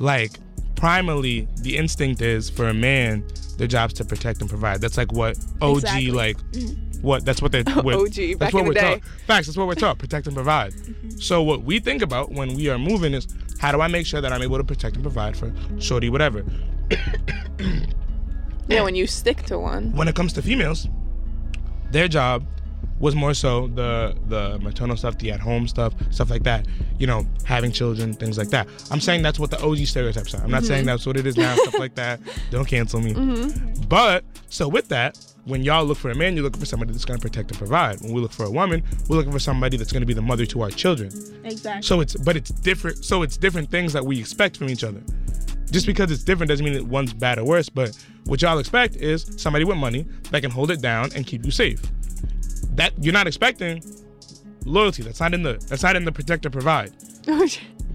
like primarily the instinct is for a man their job's to protect and provide that's like what og Exactly. like what that's what they're with. that's OG, Mm-hmm. back what in the we're day. Mm-hmm. taught facts that's what we're taught protect and provide so what we think about when we are moving is how do i make sure that i'm able to protect and provide for shorty whatever Yeah. When you stick to one. when it comes to females, their job was more so the the maternal stuff, the at home stuff, stuff like that. You know, having children, things like that. I'm saying that's what the OG stereotypes are. I'm not saying that's what it is now, stuff like that. Don't cancel me. But so with that, when y'all look for a man, you're looking for somebody that's gonna protect and provide. When we look for a woman, we're looking for somebody that's gonna be the mother to our children. exactly. So it's but it's different. So it's different things that we expect from each other. Just because it's different doesn't mean that one's bad or worse. But what y'all expect is somebody with money that can hold it down and keep you safe. That you're not expecting loyalty. That's not in the that's not in the protect or provide.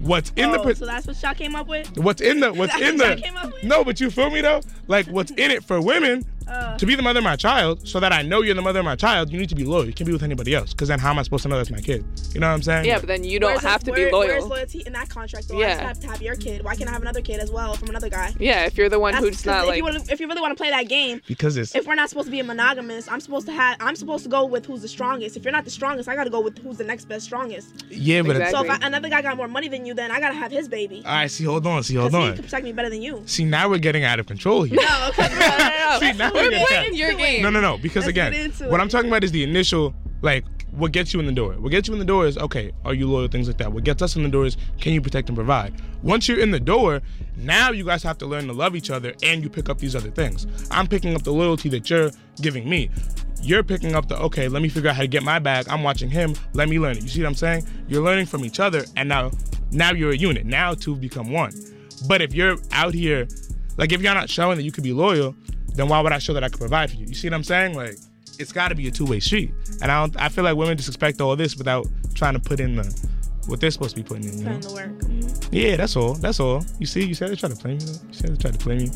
What's in the Oh, pro- so that's what y'all came up with. what's in the what's That's in what I the came up with? no but you feel me though like what's in it for women Uh, to be the mother of my child, so that I know you're the mother of my child, you need to be loyal. You can't be with anybody else, because then how am I supposed to know that's my kid? You know what I'm saying? Yeah, but then you don't where's have this- to be where- loyal. Where's loyalty in that contract? Though? I Yeah. just have to have your kid. Why can't I have another kid as well from another guy? Yeah, if you're the one That's- who's 'cause not if like you wanna, if you really want to play that game, because it's if we're not supposed to be a monogamous, I'm supposed to have I'm supposed to go with who's the strongest. If you're not the strongest, I gotta go with who's the next best strongest. yeah, but it's, Exactly. So if I, another guy got more money than you, then I gotta have his baby. all right. See, hold on. See, Uh, 'Cause hold he on. can protect me better than you. See, now we're getting out of control here. No, okay. no, no, See, no. now We're we're getting playing your game. No, no, no. Because Let's get again, into what it. I'm talking about is the initial, like, what gets you in the door. What gets you in the door is okay. Are you loyal? Things like that. What gets us in the door is can you protect and provide? Once you're in the door, now you guys have to learn to love each other, and you pick up these other things. I'm picking up the loyalty that you're giving me. You're picking up the okay. Let me figure out how to get my bag. I'm watching him. Let me learn it. You see what I'm saying? You're learning from each other, and now, now you're a unit. Now two have become one. But if you're out here, like, if you're not showing that you could be loyal, then why would I show that I could provide for you? You see what I'm saying? Like, it's got to be a two-way street. And I don't. I feel like women just expect all this without trying to put in the what they're supposed to be putting in. You know? Putting the work. Mhm. Yeah, that's all. That's all. You see, you said they trying to play me. though. You said they trying to play me.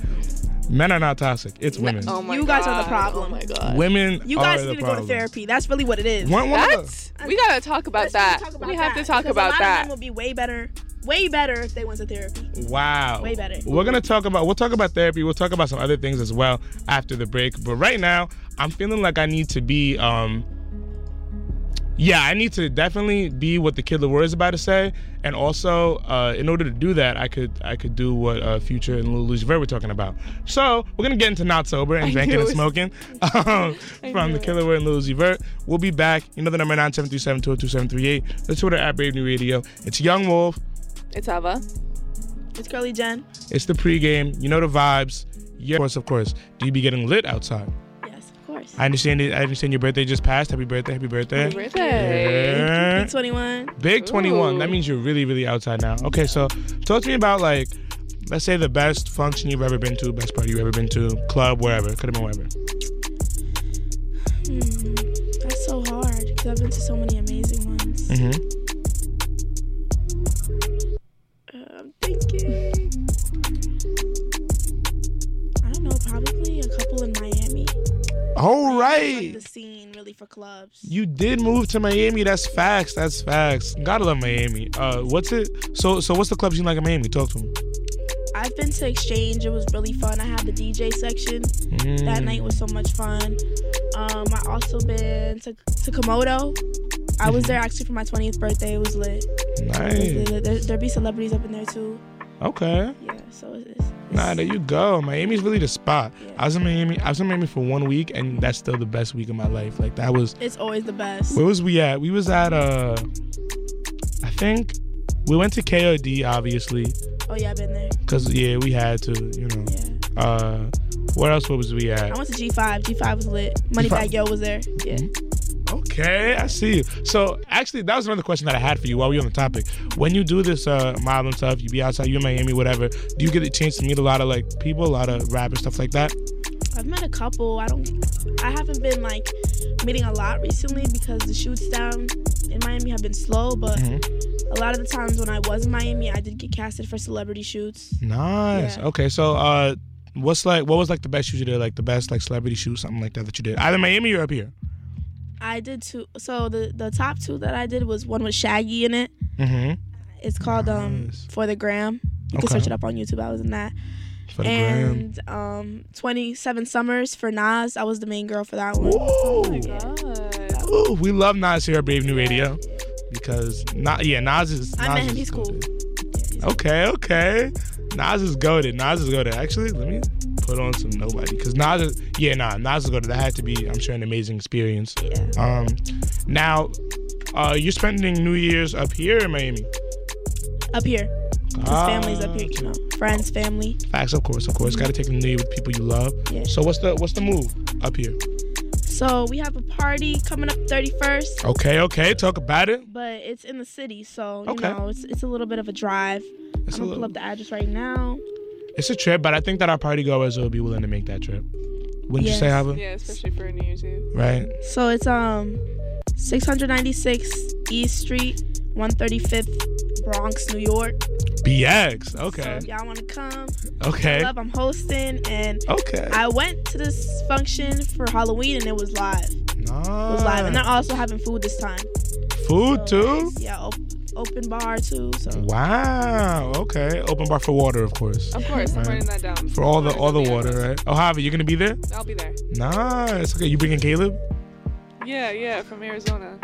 Men are not toxic. It's women. Oh my You guys are the God. problem. Oh my god. Women. You guys are need the to go problem. to therapy. That's really what it is. One, one of the, That's we gotta talk about Let's that. talk about we have to that, talk because about a lot Of that. men will be way better, way better if they went to therapy. Wow. Way better. We're gonna talk about we'll talk about therapy. We'll talk about some other things as well after the break. But right now, I'm feeling like I need to be um yeah, I need to definitely be what the kid Leroy is about to say, and also, uh, in order to do that, I could I could do what uh, Future and Lil Uzi Vert were talking about. So we're gonna get into not sober and drinking knew and it. smoking um, from the Killer Word and Lil Uzi Vert. We'll be back. You know the number nine seven three seven two zero two seven three eight. The Twitter at Brave New Radio. It's Young Wolf. It's Ava. It's Curly Jen. It's the pregame. You know the vibes. Yeah, of course, of course. Do you be getting lit outside? Yes, of course. I understand it. I understand your birthday just passed. Happy birthday. Happy birthday. Happy birthday. Yeah. Twenty-one. Big 21. Ooh. That means you're really, really outside now. Okay, so talk to me about like, let's say the best function you've ever been to, best party you've ever been to, club, wherever. Could have been wherever. Hmm. That's so hard because I've been to so many amazing ones. Mm-hmm. Uh, I'm thinking. I don't know. Probably a couple in Miami. All Like right. the scene really for clubs. You did move to Miami. That's facts. That's facts. Gotta love Miami. Uh, what's it? So, so what's the club scene like in Miami? Talk to me. I've been to Exchange. It was really fun. I had the DJ section. Mm. That night was so much fun. Um, I also been to, to Komodo. I Mm-hmm. was there actually for my 20th birthday. It was lit. It was Mm, Nice. lit, lit. There, there'd be celebrities up in there too. Okay. Yeah, so it's, it's, Nah, there you go. Miami's really the spot. Yeah. I was in Miami. I was in Miami for one week, and that's still the best week of my life. Like that was. it's always the best. Where was we at? We was at uh, I think we went to KOD obviously, Oh, yeah, I've been there. cause yeah we had to, you know. Yeah. Uh, where else was we I at? went to G5. G5 was lit. Moneybag Yo was there. Yeah. Mm-hmm. Okay, I see you. So actually, that was another question that I had for you while we were on the topic. When you do this uh, modeling stuff, you be outside, you in Miami, whatever. Do you get the chance to meet a lot of like people, a lot of rappers, stuff like that? I've met a couple. I don't. I haven't been like meeting a lot recently because the shoots down in Miami have been slow. But Mhm. a lot of the times when I was in Miami, I did get casted for celebrity shoots. Nice. Yeah. Okay, so uh, what's like? What was like the best shoot you did? Like the best like celebrity shoot, something like that that you did, either Miami or up here. I did two. So the the top two that I did was one with Shaggy in it. Mm-hmm. It's called um Nice. for the gram. You can Okay. search it up on YouTube. I was in that. For the gram. and um 27 summers for Nas. I was the main girl for that one. Ooh. God. Ooh, we love Nas here at Brave New Radio because not yeah Nas is. I Nas met him. is He's cool. goated. Okay, okay. Nas is goaded. Nas is goaded. Actually, let me put on some nobody because Nas. Is, yeah, nah. Nas is goaded. That had to be, I'm sure, an amazing experience. Yeah. Um, now, uh, you're spending New Year's up here in Miami. Ah. Up here. His family's up here, you know. Friends, family. Facts, of course, of course. Got to take the new year with people you love. Yeah. So what's the what's the move up here? So we have a party coming up 31st, Okay, okay. Talk about it. but it's in the city, so you Okay. know it's it's a little bit of a drive. It's I'm a, gonna pull little, up the address right now. it's a trip, but I think that our party goers will be willing to make that trip. Wouldn't you say, Yes. Hava? Yeah, especially for New Year's Eve. Right. So it's um 696 East Street, 135th Bronx, New York. BX. Okay. So if y'all want to come, Okay. club I'm hosting, and Okay. I went to this function for Halloween and it was live. It was live, and they're Nice. also having food this time. Ah. Food too. So, Yeah, op- open bar too. So Wow. Okay. Open bar for water, of course. Of course, I'm Right. writing that down. For all the all the Yeah. water, right? Oh, Javi, you gonna be there? I'll be there. Nice. Okay, you bringing Caleb? Yeah, yeah, from Arizona.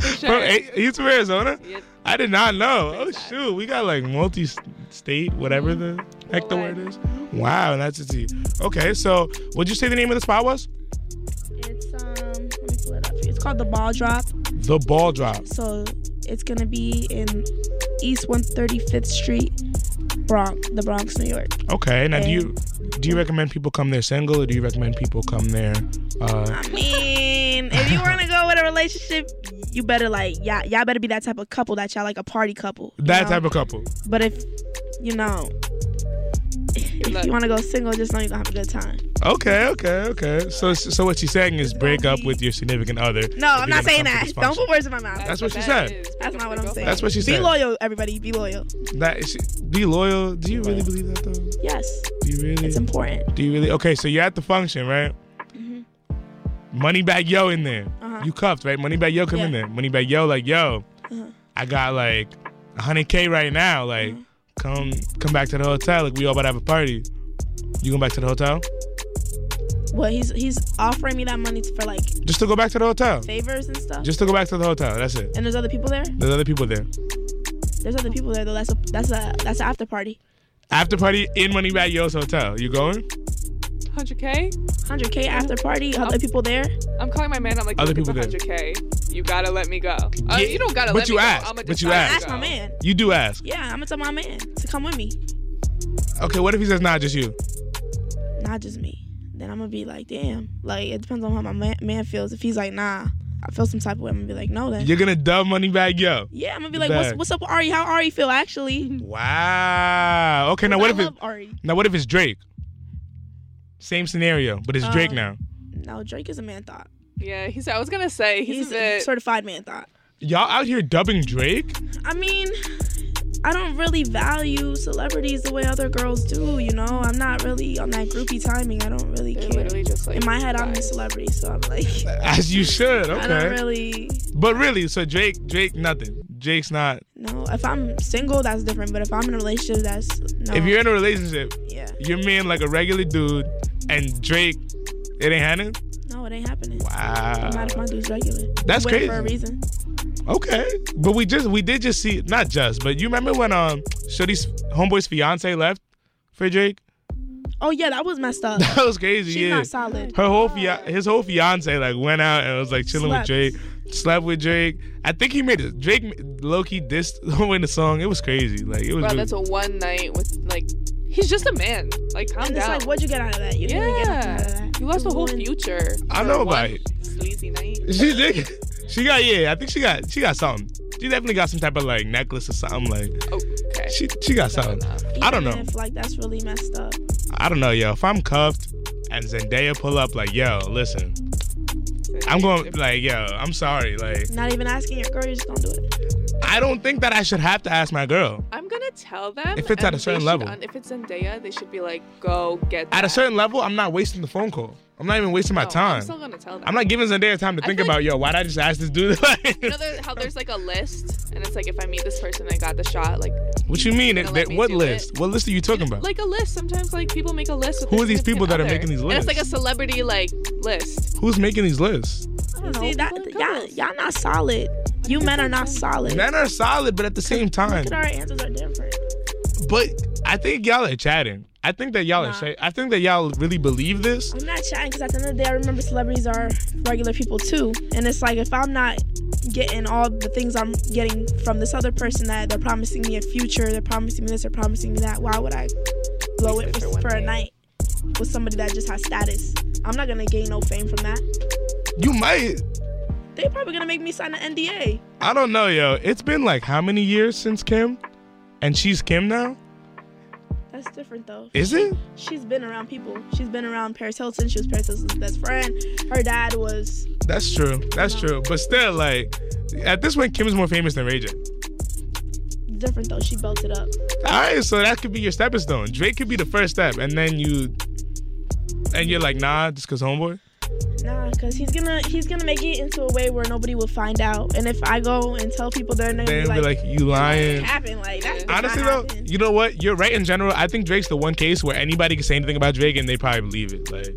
For sure. Bro, eh, he's from Arizona. Yep. I did not know. Oh Pretty sad. shoot, we got like multi-state, whatever the heck the Worldwide. word is. Wow, that's a T. Okay, so would you say the name of the spot was? it's um, let me pull it up. It's called the Ball Drop. The Ball Drop. So it's gonna be in East 135th Street, Bronx, the Bronx, New York. Okay. Now, do you do you recommend people come there single, or do you recommend people come there? Uh, I mean, if you wanna go with a relationship, you better like y'all, y'all better be that type of couple that y'all like a party couple. you that know? type of couple. But if you know, if luck. you wanna go single, just know you're gonna have a good time. Okay, okay, okay. So, so what she's saying is break up with your significant other. No, if I'm you're not gonna saying come to that. this Don't function. put words in my mouth. That's what she that said. is. That's not what I'm saying. That's what she be said. loyal, everybody. Be loyal. That she, be loyal. Do you really believe that though? Yes, Do you really? it's important. Do you really? Okay, so you're at the function, right? Money bag yo in there. Mm-hmm. Uh-huh. You cuffed, right? Money bag yo come in Yeah. there. Money bag yo like yo. Uh-huh. I got like 100k right now. Like come come back to the hotel. Like we all about to have a party. You going back to the hotel? Well, he's he's offering me that money for like Just to go back to the hotel. favors and stuff. Just to go back to the hotel. That's it. and there's other people there. There's other people there. There's other people there though. That's a that's a that's an after party. After party in Money Bag Yo's hotel. You going? 100K? 100k after party. Other people there. I'm calling my man. I'm like, Other look, it's people there. 100K. You gotta let me go. Uh, Yeah, you don't gotta but let you me go. asked. I'ma But you decide asked. to Ask my go. man. You do ask. Yeah, I'm gonna tell my man to come with me. Okay, what if he says nah, just you? Not just me. Then I'm gonna be like, damn. Like it depends on how my man, man feels. If he's like, nah, I feel some type of way. I'm gonna be like, no then. You're gonna dub Money Bag Yo. Yeah, I'm gonna be like, what's, Back. what's up, with Ari? How Ari feel actually? Wow. Okay, now what I if it, love Ari? Now, what if it's Drake? Same scenario, but it's Drake Um, now. No, Drake is a man thought. Yeah, he's. I was gonna say he's, He's, a a bit. certified man thought. Y'all out here dubbing Drake? I mean, I don't really value celebrities the way other girls do. You know, I'm not really on that groupie timing. I don't really they're care. literally just like. In my head, I'm a guys. celebrity, so I'm like, As you should. I Okay. don't really But really, so Drake, Drake, nothing. Drake's not. know. If I'm single, that's different. But if I'm in a relationship, that's no. If you're in a relationship, yeah, you're man like a regular dude, and Drake, it ain't happening. no, it ain't happening. Wow. Not if my dude's regular. That's With it for a crazy. reason. Okay. But we just, we did just see, not just, but you remember when um, Shuddy's homeboy's fiance left for Drake? Oh yeah, that was messed up. That was crazy. She's yeah. not solid. her whole fia- Oh. his whole fiance like went out and was like chilling Slept. with Drake, slept with Drake. I think he made it. Drake low key dissed in the song. It was crazy. Like it was. Bro, really- that's a one night with like. He's just a man. Like, calm And it's down. like, what'd you get out of that? You didn't even get nothing out of yeah, that. you lost the whole ruined- future. I for know about one it. Sleazy night. she did. She got yeah. I think she got she got something. She definitely got some type of like necklace or something. Like Oh, okay. she she got Fair something. enough. I don't Even know. If like that's really messed up. I don't know, yo. If I'm cuffed and Zendaya pull up, like yo, listen, I'm going like yo, I'm sorry. Like Not even asking your girl, you're just gonna do it. I don't think that I should have to ask my girl. I'm gonna tell them If it's at and a certain they should level. un- if it's Zendaya, they should be like, "Go get." At a that. certain level, I'm not wasting the phone call. I'm not even wasting my No, time. I'm still gonna tell them. I'm not giving Zendaya time to I think feel about, like- yo, why'd I just ask this dude? You know there- how there's like a list, and it's like if I meet this person, I got the shot. Like, what you mean? Gonna They- let they- me what do list? What list are you talking about? like a list. Sometimes like people make a list. With Who their are these people that are significant making these other. And it's like a lists? celebrity like list. Who's making these lists? I don't know. See that people like y'all, girls. y'all not solid. You men are not solid. Men are solid, but at the same time, Look at our answers are different. but I think y'all are chatting. I think that y'all are. Nah. Say, I think that y'all really believe this. I'm not chatting because at the end of the day, I remember celebrities are regular people too. And it's like if I'm not getting all the things I'm getting from this other person that they're promising me a future, they're promising me this, they're promising me that, why would I blow Waste it it for, for one for a night. night with somebody that just has status? I'm not gonna gain no fame from that. You might. They probably gonna make me sign an NDA. I don't know, yo. It's been like how many years since Kim, and she's Kim now. That's different though. Is it? She's been around people. She's been around Paris Hilton. She was Paris Hilton's best friend. Her dad was That's true. That's true. But still, like, at this point, Kim is more famous than Ray J. different though. She built it up. All right, so that could be your stepping stone. Drake could be the first step, and then you, and you're like, nah, just cause homeboy. Nah, cause he's gonna he's gonna make it into a way where nobody will find out. And if I go and tell people, they're gonna Then be like, be like, you lying. happen. Like that's not Honestly though, happen. you know what? You're right in general. I think Drake's the one case where anybody can say anything about Drake and they probably believe it. Like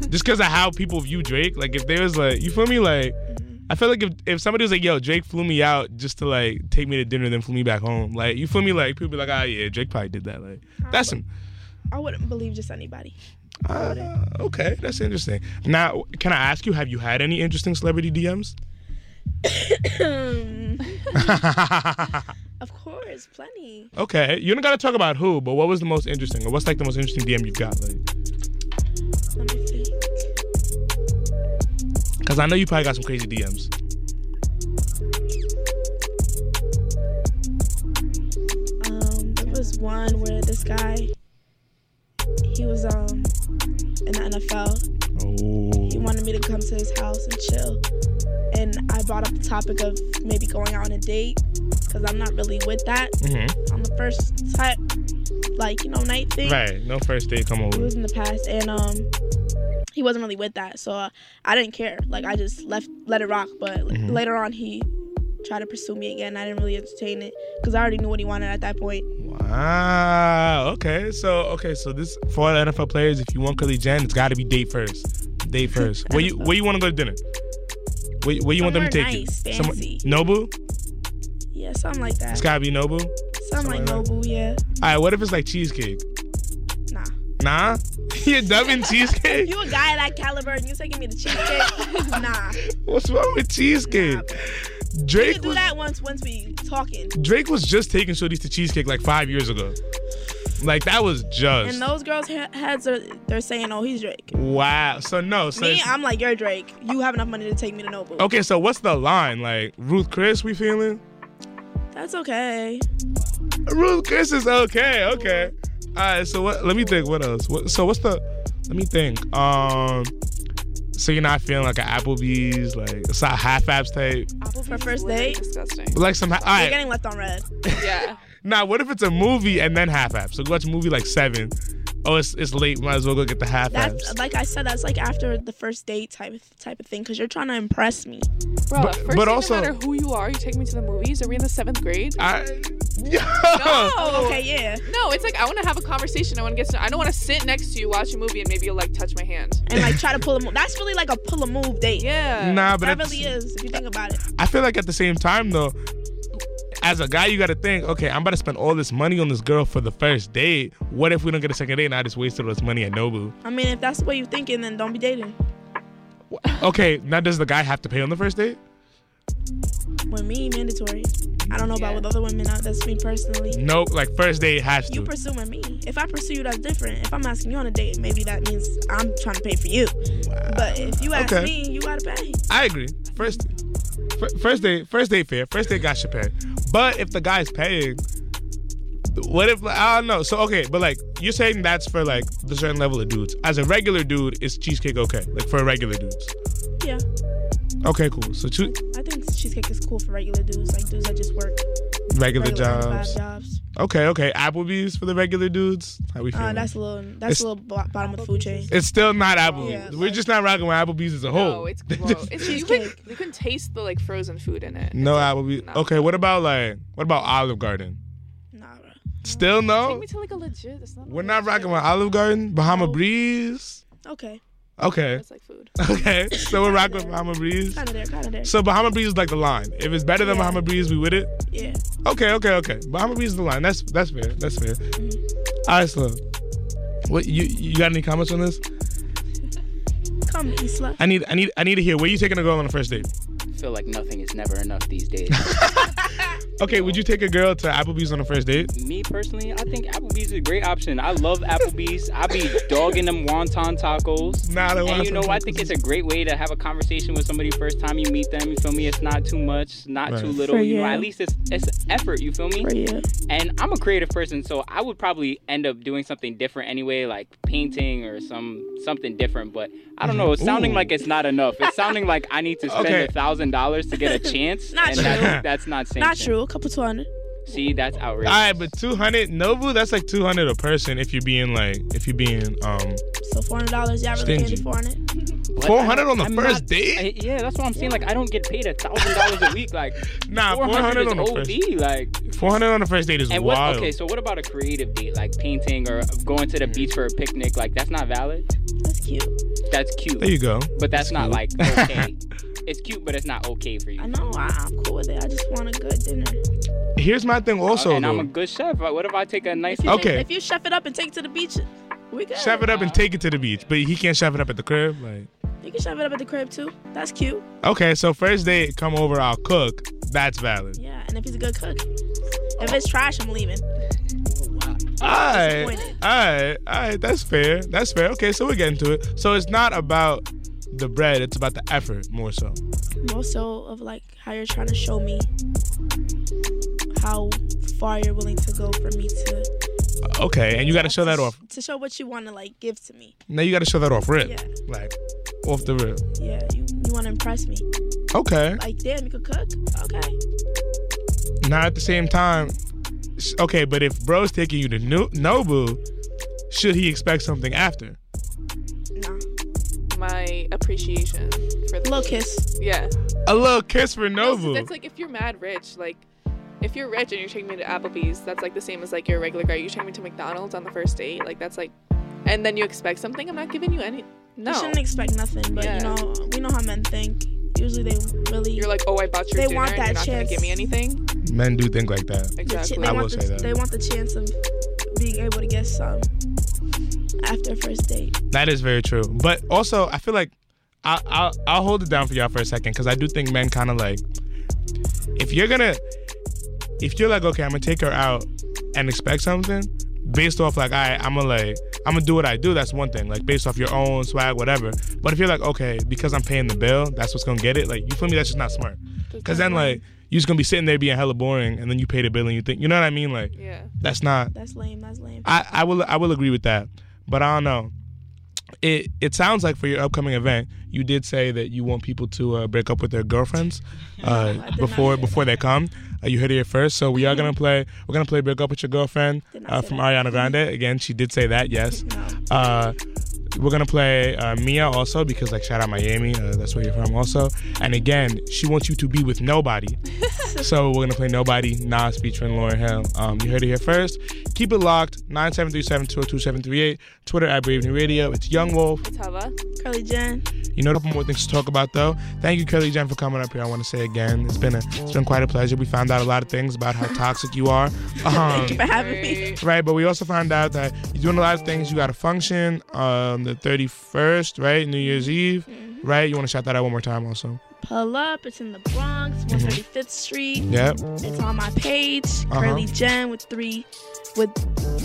just because of how people view Drake. Like if there was like you feel me? Like Mm-hmm. I feel like if, if somebody was like, yo, Drake flew me out just to like take me to dinner, then flew me back home. Like you feel me? Like people be like, ah yeah, Drake probably did that. Like that's him. I wouldn't believe just anybody. Uh, okay, that's interesting. Now, can I ask you, have you had any interesting celebrity DMs? of course, plenty. okay, you don't gotta talk about who, but what was the most interesting, or what's like the most interesting DM you've got? Like, Let me think. Cause I know you probably got some crazy DMs. Um, there was one where this guy, he was um in the NFL. He Oh. wanted me to come to his house and chill. And I brought up the topic of maybe going out on a date because I'm not really with that Mm-hmm. on the first type, like you know, night thing. Right. No first date. Come It over. was in the past, and um, he wasn't really with that, so uh, I didn't care. Like I just left, let it rock. But l- Mhm. later on, he tried to pursue me again. I didn't really entertain it because I already knew what he wanted at that point. Wow. Okay. So okay. So this for all NFL players, if you want Kylie Jen, it's got to be date first. Date first. Where you where you want to go to dinner? Where, where you want them to take Somewhere you? nice, Somewhere- fancy. Nobu. Yeah, something like that. It's gotta be Nobu. All something something like like that. Nobu. Yeah, right. What if it's like cheesecake? nah. Nah. You're dubbing If cheesecake. you a guy that caliber and you taking me to cheesecake, nah. What's wrong with cheesecake? Nah, We Drake could do was that once once we talking. Drake was just taking shorties to cheesecake like five years ago. Like that was just. And those girls' he- heads are they're saying, "Oh, he's Drake." Wow. So no. So Me, it's- I'm like, "You're Drake. You have enough money to take me to Nobu." okay. So what's the line? Like Ruth Chris, we feeling? That's okay. Ruth Chris is okay. Okay. All right. So what? Let me think. What else? What, so what's the? Let me think. Um. So you're not feeling like an Applebee's, like it's not half apps type, For first Literally date? Disgusting. but like some. All You're right. getting left on red. yeah. Now what if it's a movie and then half apps? So go watch a movie like seven. Oh, it's it's late. Might as well go get the half apps. That's like I said. That's like after the first date type of type of thing, because you're trying to impress me. Bro, But- but, first but thing, also- no matter who you are, you take me to the movies. Are we in the seventh grade? I. Oh, okay, yeah. No, it's like I want to have a conversation. I want to get to. I don't want to sit next to you, watch a movie, and maybe you'll like touch my hand. And like try to pull a move. That's really like a pull a move date. Yeah. Nah, but that it's- really is. If you think about it, I feel like at the same time though, as a guy, you gotta think, okay, I'm about to spend all this money on this girl for the first date. What if we don't get a second date and I just wasted all this money at Nobu? I mean, if that's the way you're thinking, then don't be dating Okay, now does the guy have to pay on the first date? with me. Mandatory. I don't know about Yeah. with other women. uh, That's me personally. Nope, like first date has to. You pursuing me. If I pursue you, that's different. If I'm asking you on a date, maybe that means I'm trying to pay for you. But if you ask Okay. me, you gotta pay. I agree. First, fir- first date, first date fair. First date guy should pay. But if the guy's paying, what if like, I don't know? So okay, but like you're saying that's for like the certain level of dudes. As a regular dude, is cheesecake okay? Like for regular dudes. Yeah, Okay, cool. So two I think cheesecake is cool for regular dudes, like dudes that just work regular, regular nine to five jobs. jobs. Okay, okay. Applebee's for the regular dudes. How we feeling? Uh, that's a little. That's It's- a little bo- bottom of the food chain. it's still not Applebee's. Yeah, We're just not rocking with Applebee's as a whole. No, it's gross. It's, you, can, Cheesecake. you can taste the like frozen food in it. no Applebee's. No. Okay, what about like what about Olive Garden? Nah, bro. Still Take no. me to like a legit. It's not. We're not rocking with Olive Garden, Bahama No. Breeze. Okay, Okay, It's like food. okay. So we're rocking with Bahama Breeze. kind of there, kind of there. So Bahama Breeze is like the line. If it's better than Yeah. Bahama Breeze, we with it. yeah, Okay, okay, okay. Bahama Breeze is the line. That's that's fair. That's fair. All right, Slim. What you you got any comments on this? come Isla. I need I need I need to hear where you taking a girl on the first date. feel like nothing is never enough these days. Okay, would you take a girl to Applebee's on the first date? Me personally, I think Applebee's is a great option. I love Applebee's. I be dogging them wonton tacos. Nah, I don't And want you know, I think it's a great way to have a conversation with somebody first time you meet them. You feel me? It's not too much, not Right. too little. For you know, you. at least it's it's effort. You feel me? For you. And I'm a creative person, so I would probably end up doing something different anyway, like painting or some something different. But I don't know. It's sounding Mm-hmm. Ooh. like it's not enough. It's sounding like I need to spend Okay. a thousand dollars to get a chance. Not and true. That's, that's not sanctioned. Not true. A couple two hundred. See, that's outrageous. All right, but 200 Nobu, that's like 200 a person if you're being like if you're being um So four hundred dollars, y'all really Stingy. paying four hundred? What? 400 on the I'm first not- date? I- yeah, that's what I'm saying. Like, I don't get paid a thousand dollars a week. Like, Nah, 400 400 on the is first. OD. Like, 400 on the first date is and what? wild. Okay, so what about a creative date, like painting or going to the beach for a picnic? Like, that's not valid. That's cute. That's cute, there you go. but that's not like That's cute. okay. it's cute, but it's not okay for you. I know. I, I'm cool with it. I just want a good dinner. Here's my thing also. and I'm a though. good chef. but What if I take a nice? If you Okay. If you chef it up and take it to the beach, we good. Shove it up and take it to the beach, but he can't shove it up at the crib like You can chef it up at the crib too. That's cute. Okay, so first date, come over, I'll cook. That's valid. Yeah. And if he's a good cook, if it's trash, I'm leaving. Alright. disappointed. Alright, alright, that's fair. That's fair. Okay, so we're getting to it. So it's not about the bread, it's about the effort more so. More so of like how you're trying to show me how far you're willing to go for me to Okay, and you gotta show that to- off. to show what you want to like give to me. Now you gotta show that off rip. Yeah. Like off the rip. Yeah. You you want to impress me? Okay. Like damn, you could cook. Okay. Now at the same time, sh- okay, but if bro's taking you to no- Nobu, should he expect something after? Nah. My appreciation for the Little kiss. Yeah. A little kiss for No, 'cause Nobu. That's like if you're mad rich, like if you're rich and you're taking me to Applebee's, that's like the same as like your regular guy. You're taking me to McDonald's on the first date, like that's like, and then you expect something. I'm not giving you any. You No, shouldn't expect nothing, but Yeah. you know we know how men think. Usually they really you're like, oh, I bought your They dinner, want and that you're not gonna give me chance. anything. Men do think like that. the ch- Exactly. they I will want the, say that. they want the chance of being able to get some after a first date. That is very true. But also, I feel like I, I'll, I'll hold it down for y'all for a second because I do think men kind of like, if you're gonna, if you're like, okay, I'm gonna take her out and expect something based off like, all right, I'm gonna like, I'm gonna do what I do. That's one thing, like based off your own swag, whatever. But if you're like, okay, because I'm paying the bill, that's what's gonna get it. Like, you feel me? That's just not smart. Because then like, you just gonna be sitting there being hella boring, and then you pay the bill and you think, you know what I mean? Like, yeah, that's not That's lame. That's lame. I, I will I will agree with that, but I don't know. It it sounds like for your upcoming event, you did say that you want people to uh, break up with their girlfriends uh, No, I did before not say before they come. Uh, you heard it here first, so we are gonna play. We're gonna play "Break Up with Your Girlfriend" Did not uh, say from that. Ariana Grande. Again, she did say that. Yes. No. Uh, we're gonna play uh, Mia also because like shout out Miami, uh, that's where you're from also. And again, she wants you to be with nobody. so we're gonna play Nobody, Nas featuring Lauren Hill. Um, you heard it here first. Keep it locked. Nine seven three seven two zero two seven three eight. Twitter at Brave New Radio. It's Young Wolf. it's hella. Curly Jen. You know, a couple more things to talk about though. Thank you, Kelly Jen, for coming up here. I want to say again, it's been a, it's been quite a pleasure. We found out a lot of things about how toxic you are. Um, Thank you for having me. right? But we also found out that you're doing a lot of things. You got a function um, the 31st, right? New Year's Mm-hmm. Eve, right? You want to shout that out one more time, also? Pull up. It's in the Bronx, Mhm. 135th Street. Yep. It's on my page. Uh-huh. Curly Jen with three, with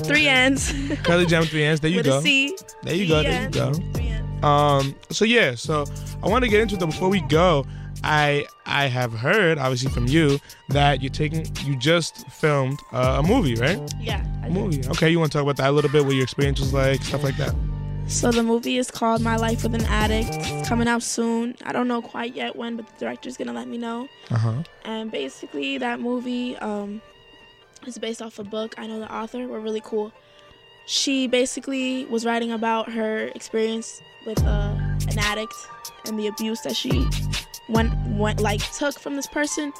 three N's. Curly Gem three ends. There you with go. a C. There you three go. There you N's, go. Three N's. Um. So yeah. So I want to get into it. Though. Before we go, I I have heard obviously from you that you're taking you just filmed uh, a movie, right? Yeah. I A did. movie. Okay. You want to talk about that a little bit? What your experience was like, stuff like that. So the movie is called My Life with an Addict. It's coming out soon. I don't know quite yet when, but the director's gonna let me know. Uh huh. And basically, that movie um, is based off a book. I know the author. We're really cool. She basically was writing about her experience with uh, an addict and the abuse that she went went like took from this person.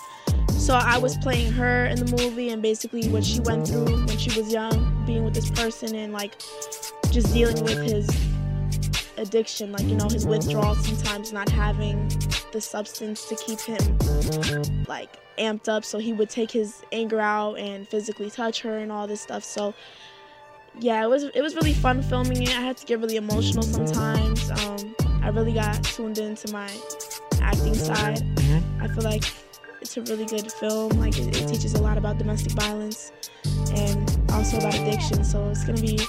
So I was playing her in the movie and basically what she went through when she was young, being with this person and like just dealing with his addiction, like you know his withdrawal, sometimes not having the substance to keep him like amped up so he would take his anger out and physically touch her and all this stuff so yeah it was it was really fun filming it i had to get really emotional sometimes um i really got tuned into my acting side Mhm. i feel like it's a really good film like it, it teaches a lot about domestic violence and also about addiction so it's gonna be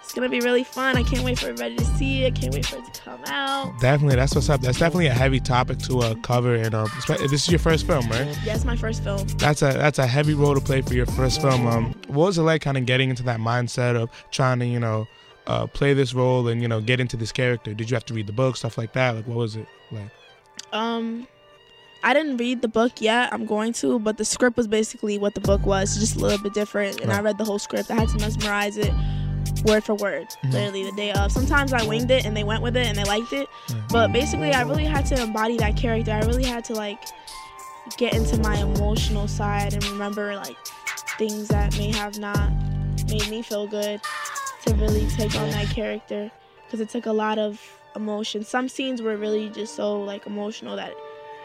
it's gonna be really fun i can't wait for everybody to see it i can't wait for it to come out Definitely. That's what's up. That's definitely a heavy topic to uh, cover. And um, spe- this is your first film, right? yeah it's my first film That's a that's a heavy role to play for your first film. Um, what was it like, kind of getting into that mindset of trying to, you know, uh, play this role and you know get into this character? Did you have to read the book, stuff like that? Like, what was it like? Um, I didn't read the book yet. I'm going to, but the script was basically what the book was, just a little bit different. And I read the whole script. I had to mesmerize it word for word, literally the day of. Sometimes I winged it and they went with it and they liked it. But basically, I really had to embody that character. I really had to like get into my emotional side and remember like things that may have not made me feel good to really take on that character because it took a lot of emotion. Some scenes were really just so like emotional that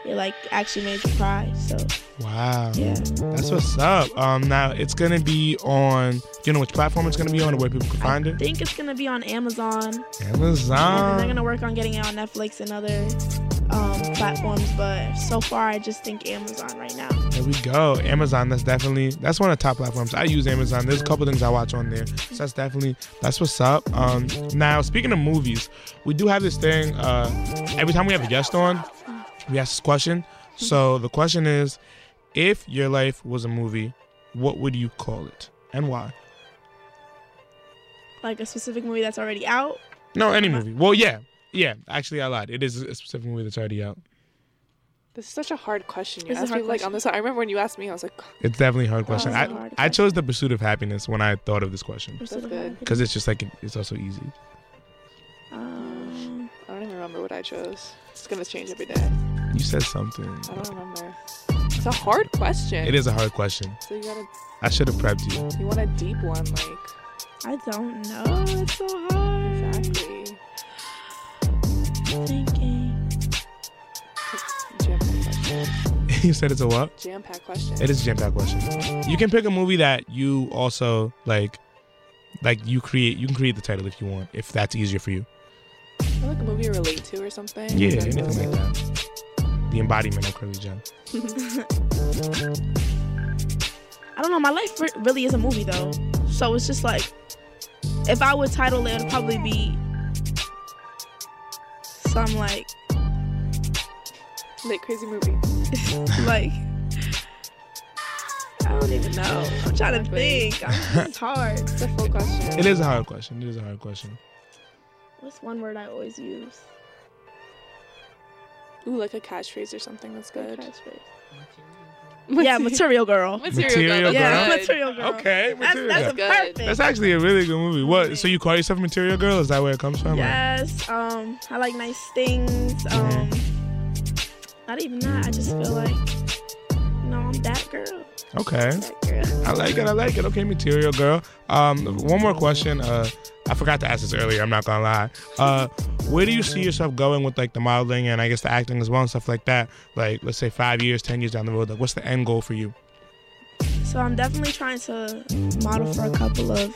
it like actually made you cry. So Wow. yeah, That's what's up. Um, now it's gonna be on. Do you know which platform it's gonna be on, or where people can find I it? think it's gonna be on Amazon. and they're Amazon. gonna work on getting it on Netflix and other um, platforms, but so far I just think Amazon right now. There we go. Amazon. That's definitely that's one of the top platforms. I use Amazon. There's a couple things I watch on there. So that's definitely that's what's up. Um, now speaking of movies, we do have this thing. Uh, every time we have a guest on, we ask this question. So the question is, if your life was a movie, what would you call it and why? Like a specific movie that's already out. No, any movie. Well, yeah, yeah. Actually, I lied. It is a specific movie that's already out. This is such a hard question. You It's a asked me hard like on question. this. I remember when you asked me, I was like, It's definitely a hard That was question. Oh, a I, hard I question. chose the pursuit of happiness when I thought of this question Pursuit of good. Happiness. because it's just like it- it's also easy. Um, I don't even remember what I chose. It's gonna change every day. You said something. I don't remember. It's a hard question. It is a hard question. So you gotta, I should have prepped you. you want a deep one, like. I don't know. Oh, it's so hard. Exactly. Do I'm thinking. you have any questions? you said it's a what? Jam packed question. It is a jam packed question. You can pick a movie that you also like. Like you create, you can create the title if you want, if that's easier for you. Is there, like a movie you relate to or something. Yeah, Is that anything close? like that. The embodiment of Curly Jen. I don't know. My life re- really is a movie though, so it's just like if I would title it, it'd probably be some like Like crazy movie. like I don't even know. I'm trying to think. I'm, it's hard. It's a full question. It is a hard question. It is a hard question. What's one word I always use? Ooh, like a catchphrase or something. That's good. Yeah, material girl. Material, Material girl. that's Yeah, Girl? good. material girl. Okay, That's, material. that's a Good. perfect. That's actually a really good movie. What? So you call yourself Material Girl? Is that where it comes from? or- yes. Um, I like nice things. Um, Mm-hmm. not even that. I just feel like, no, I'm that girl. Okay. That girl. I like it. I like it. Okay, Material Girl. Um, one more question. Uh, I forgot to ask this earlier. I'm not gonna lie. Uh, where do you see yourself going with like the modeling and I guess the acting as well and stuff like that? Like, let's say five years, ten years down the road. Like, what's the end goal for you? So I'm definitely trying to model for a couple of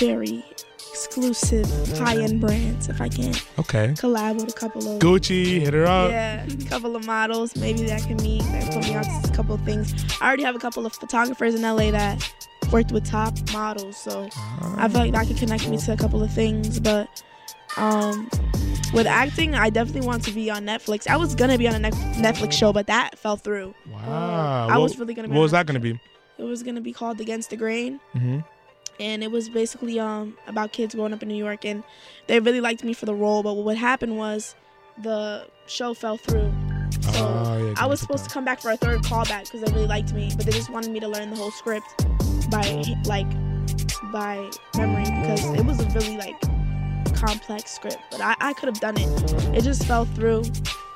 very exclusive high-end brands if I can Okay. collab with a couple of Gucci, hit her up. yeah, a couple of models. Maybe that can meet, that put me on to a couple of things. I already have a couple of photographers in LA that worked with top models, so I feel like that could connect me to a couple of things. But um, with acting, I definitely want to be on Netflix. I was gonna be on a Nef- Netflix show, but that fell through. Wow. I Uh, What- was really gonna. Be What on was a- that gonna be? It was gonna be called Against the Grain Mm-hmm. and it was basically um about kids growing up in New York, and they really liked me for the role. But what happened was the show fell through. So Ah, yeah, I was didn't put supposed that. to come back for a third callback because they really liked me, but they just wanted me to learn the whole script by like by memory because it was a really like complex script. But I, I could have done it. It just fell through.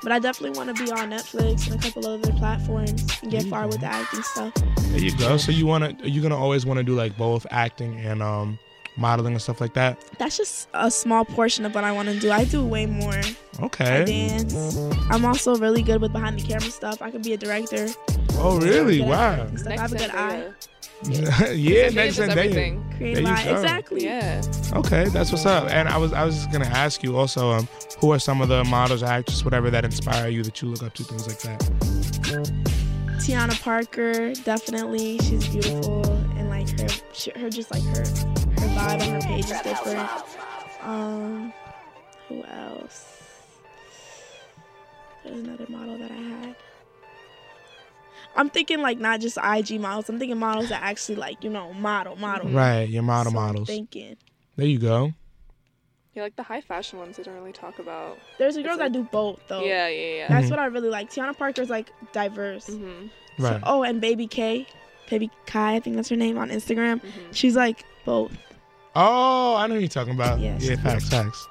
But I definitely want to be on Netflix and a couple other platforms and get There you far go. with the acting stuff. There you go. So you wanna, you're gonna always wanna do like both acting and um modeling and stuff like that. That's just a small portion of what I want to do. I do way more. I Okay. dance. I'm also really good with behind the camera stuff. I could be a director. Oh really? Good at Wow. directing stuff. I Next have a good eye. sense yeah. Next data. Data does and then. everything. There Creative you eye. go. Exactly. Yeah. Okay, that's what's up. And I was I was just gonna ask you also, um, who are some of the models or actors, whatever, that inspire you that you look up to, things like that. Mm-hmm. Tiana Parker, definitely. She's beautiful and like her, she, her just like her, her vibe on her page is different. Um, who else? There's another model that I had. I'm thinking like not just IG models. I'm thinking models that actually like you know model model. Right, your model So I'm models. Thinking. There you go. Yeah, like the high fashion ones they don't really talk about. There's a girl It's that do like- both though. Yeah, yeah, yeah. That's what I really like. Tiana Parker's like diverse. hmm Right. Oh, and Baby K, Baby Kai, I think that's her name on Instagram. hmm She's like both. Oh, I know who you're talking about. Yes. Yeah, facts, facts.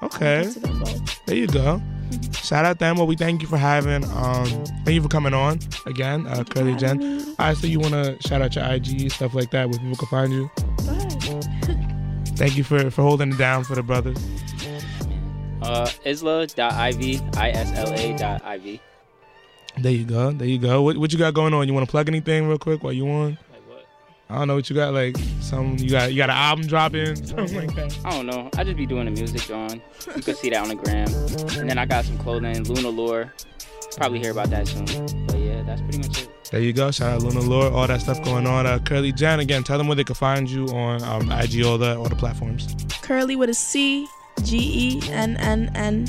I'm Okay. into them both. There you go. Mm-hmm. Shout out to Emma. We thank you for having. Um, thank you for coming on again, uh, Curly Jen. Go All right, so you want to shout out your IG stuff like that, where people can find you. ahead. Thank you for for holding it down for the brothers. Uh, isla.iv, I-S-L-A dot I-V. There you go. There you go. What, what you got going on? You want to plug anything real quick while you on? Like what? I don't know what you got. Like some you got you got an album dropping, something like that. I don't know. I just be doing the music, John. You can see that on the gram. And then I got some clothing, Luna Lore. Probably hear about that soon. But yeah, that's pretty much it. There you go. Shout out Luna Lore. All that stuff going on. Uh, Curly Jen again. Tell them where they can find you on um, IG, all the all the platforms. Curly with a C, G E N N N,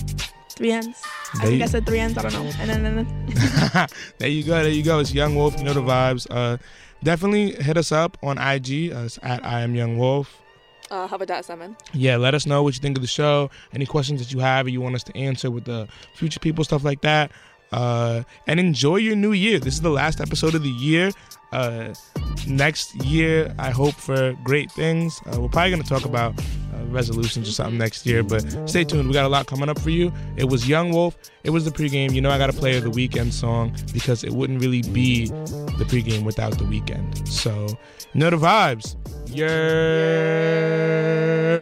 three N's. I think I said three N's. I don't know. And then, and then there you go. There you go. It's Young Wolf. You know the vibes. Uh, definitely hit us up on IG. Uh, it's at I am Young Wolf. Uh, how about that, Simon? Yeah, let us know what you think of the show. Any questions that you have or you want us to answer with the future people, stuff like that. Uh, and enjoy your new year. This is the last episode of the year. Uh, next year, I hope for great things. Uh, we're probably going to talk about uh, resolutions or something next year, but stay tuned. We got a lot coming up for you. It was Young Wolf. It was the pregame. You know, I got to play the weekend song because it wouldn't really be the pregame without the weekend. So, you know the vibes. Yeah.